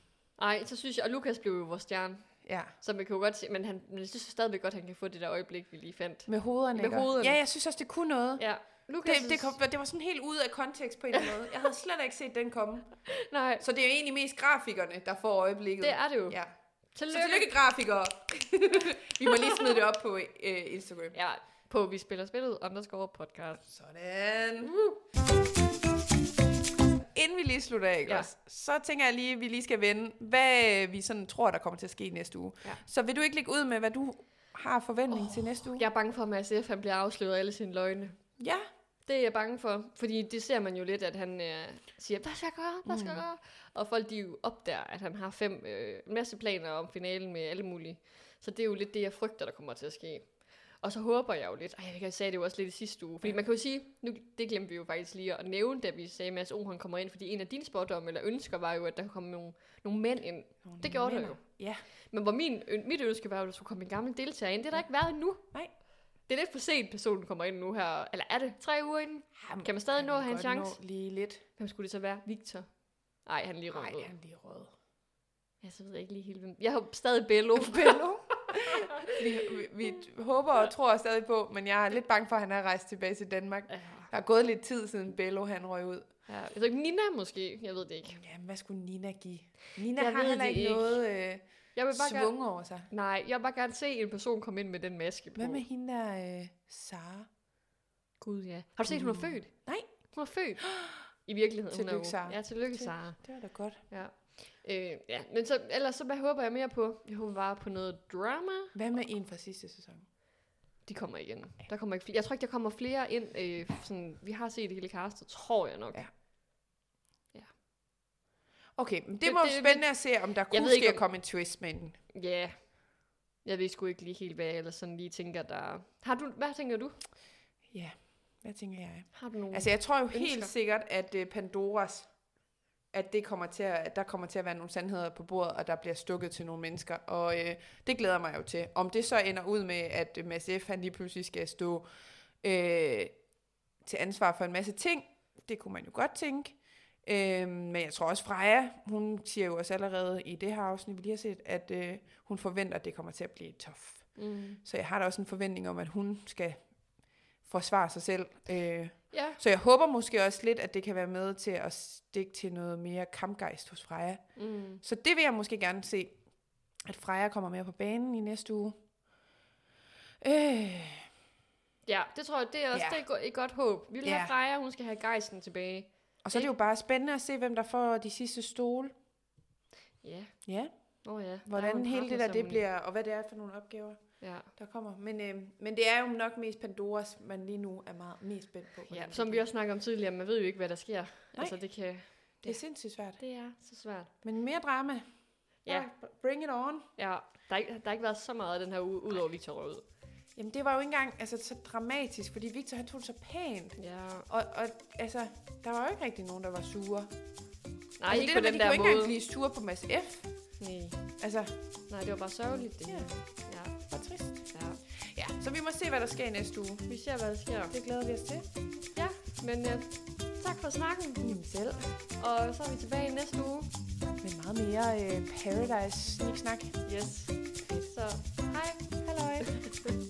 S1: Ej, så synes jeg, og Lukas blev jo vores stjerne.
S3: Ja.
S1: Så man kan jo godt se, men, han, men jeg synes stadigvæk godt, at han kan få det der øjeblik, vi lige fandt.
S3: Med hovederne,
S1: Med
S3: ikke?
S1: hovederne.
S3: Ja, jeg synes også, det kunne noget.
S1: Ja, Lukas...
S3: Det, det, kom, det var sådan helt ude af kontekst på en eller anden måde. Jeg havde slet ikke set den komme.
S1: Nej,
S3: Så det er jo egentlig mest grafikerne, der får øjeblikket.
S1: det er det jo. Ja.
S3: Ja. Så
S1: Tillykke.
S3: tillykke grafikere. Vi må lige smide det op på øh, Instagram.
S1: Ja, på Vi Spiller Spillet, underscore podcast.
S3: Sådan. Inden vi lige slutter af, ikke
S1: Ja.
S3: også, så tænker jeg lige, at vi lige skal vende, hvad øh, vi sådan tror, der kommer til at ske næste uge.
S1: Ja.
S3: Så vil du ikke lægge ud med, hvad du har forventning oh, til næste uge?
S1: Jeg er bange for, at Mads F. han bliver afsløret af alle sine løgne.
S3: ja.
S1: Det er jeg bange for, fordi det ser man jo lidt, at han øh, siger, hvad skal jeg gøre, hvad skal jeg gøre? Og folk de jo opdager, at han har fem øh, en masse planer om finalen med alle mulige. Så det er jo lidt det, jeg frygter, der kommer til at ske. Og så håber jeg jo lidt, ej, jeg sagde det jo også lidt i sidste uge, fordi man kan jo sige, nu, det glemte vi jo faktisk lige at nævne, da vi sagde, at Mads O, han kommer ind, fordi en af dine spådomme eller ønsker var jo, at der kom nogle, nogle mænd ind. Det gjorde der
S3: mænd.
S1: jo.
S3: Ja.
S1: Men hvor min, ø- mit ønske var, jo, at der skulle komme en gammel deltager ind, det er der ikke været endnu.
S3: Nej.
S1: Det er lidt for sent, personen kommer ind nu her, eller er det tre uger inden?
S3: Ham,
S1: Kan man stadig nå at have en chance?
S3: lige lidt.
S1: Hvem skulle det så være? Victor? Nej, han er lige
S3: Nej,
S1: røget.
S3: han er lige rød.
S1: Ja, så ved jeg ikke lige helt, hvem. Jeg har stadig Bello.
S3: Bello. vi, vi, vi håber og tror stadig på, men jeg er lidt bange for, at han er rejst tilbage til Danmark.
S1: Ja.
S3: Der er gået lidt tid siden Bello han røg ud.
S1: ja. Jeg ved ikke, Nina måske. Jeg ved det ikke.
S3: Jamen, hvad skulle Nina give? Nina
S1: Jeg
S3: har
S1: ved
S3: heller
S1: det
S3: ikke,
S1: ikke.
S3: noget øh,
S1: Jeg vil bare gerne...
S3: svung over sig.
S1: Nej, jeg vil bare gerne se en person komme ind med den maske på.
S3: Hvad med hende der, øh, Sara?
S1: Gud, ja. Har du set, hun er
S3: Mm.
S1: født?
S3: Nej.
S1: Hun er født. I virkeligheden. hun er
S3: Tillykke,
S1: jo-
S3: Sara.
S1: Ja, tillykke,
S3: Til-
S1: Sara.
S3: Det var da godt.
S1: Ja. Øh, ja. Men så, ellers så hvad håber jeg mere på? Jeg håber bare på noget drama.
S3: Hvad med en fra sidste sæson?
S1: De kommer igen. Der kommer ikke flere. Jeg tror ikke, der kommer flere ind. Øh, sådan, vi har set hele castet, tror jeg nok.
S3: Ja. Okay, men
S1: Det-
S3: det, det må
S1: det-
S3: det, spændende at se, om der kunne
S1: ved ikke,
S3: ske at
S1: om-
S3: komme en twist med hende.
S1: Ja. Yeah. Jeg ved sgu ikke lige helt, hvad jeg ellers sådan lige tænker, der... Har du... Hvad tænker du?
S3: Ja, hvad tænker jeg?
S1: Har du nogle... Altså,
S3: Altså, jeg tror jo
S1: ønsker.
S3: helt sikkert, at øh, Pandoras, at, det kommer til at, at der kommer til at være nogle sandheder på bordet, og der bliver stukket til nogle mennesker. Og øh, det glæder mig jo til. Om det så ender ud med, at øh, Mads F. han lige pludselig skal stå øh, til ansvar for en masse ting, det kunne man jo godt tænke. Øh, men jeg tror også Freja, hun siger jo også allerede i det her afsnit, vi lige har set, at øh, hun forventer, at det kommer til at blive tough.
S1: mm.
S3: Så jeg har da også en forventning om, at hun skal forsvare sig selv. Øh,
S1: Ja.
S3: så jeg håber måske også lidt, at det kan være med til at stikke til noget mere kampgejst hos Freja.
S1: Mm.
S3: Så det vil jeg måske gerne se, at Freja kommer mere på banen i næste uge. Øh,
S1: Ja, det tror jeg, det er også
S3: Ja.
S1: yeah. det er go- et godt håb. Vi vil yeah. have
S3: Ja.
S1: Freja, hun skal have gejsten tilbage.
S3: og så er det jo bare spændende at se, hvem der får de sidste stole.
S1: Ja.
S3: Ja,
S1: Åh oh, ja. Der er jo
S3: hvordan
S1: en
S3: hele det der det
S1: partnerceremoni.
S3: bliver, og hvad det er for nogle opgaver,
S1: Ja.
S3: der kommer. Men, øh, men det er jo nok mest Pandoras, man lige nu er meget mest spændt på. hvordan
S1: ja.
S3: det
S1: Som vi
S3: bliver.
S1: også snakkede om tidligere, man ved jo ikke, hvad der sker.
S3: Nej.
S1: Altså, det kan...
S3: Det er sindssygt svært.
S1: Det er så svært.
S3: Men mere drama.
S1: Ja.
S3: Bare Bring it on.
S1: Ja, der, er, ikke- der har ikke været så meget af den her uge, udover Victor Rød.
S3: Jamen, det var jo ikke engang altså, så dramatisk, fordi Victor han tog det så pænt.
S1: Ja.
S3: Og, og altså, der var jo ikke rigtig nogen, der var sure.
S1: Nej,
S3: altså,
S1: altså, ikke
S3: det
S1: på den der
S3: med, de kunne ikke engang
S1: måde.
S3: blive sure på Mads F.
S1: Nej.
S3: Altså,
S1: Nej, det var bare sørgeligt, det
S3: Ja.
S1: her. Ja.
S3: hvor trist.
S1: ja.
S3: Ja, så vi må se, hvad der sker i næste uge.
S1: Vi ser, hvad der sker.
S3: Det glæder vi os til.
S1: Ja, men uh, tak for snakken.
S3: Jamen selv.
S1: Og så er vi tilbage i næste uge.
S3: Men meget mere øh, Paradise sniksnak.
S1: Yes. Så hej.
S3: Halløj.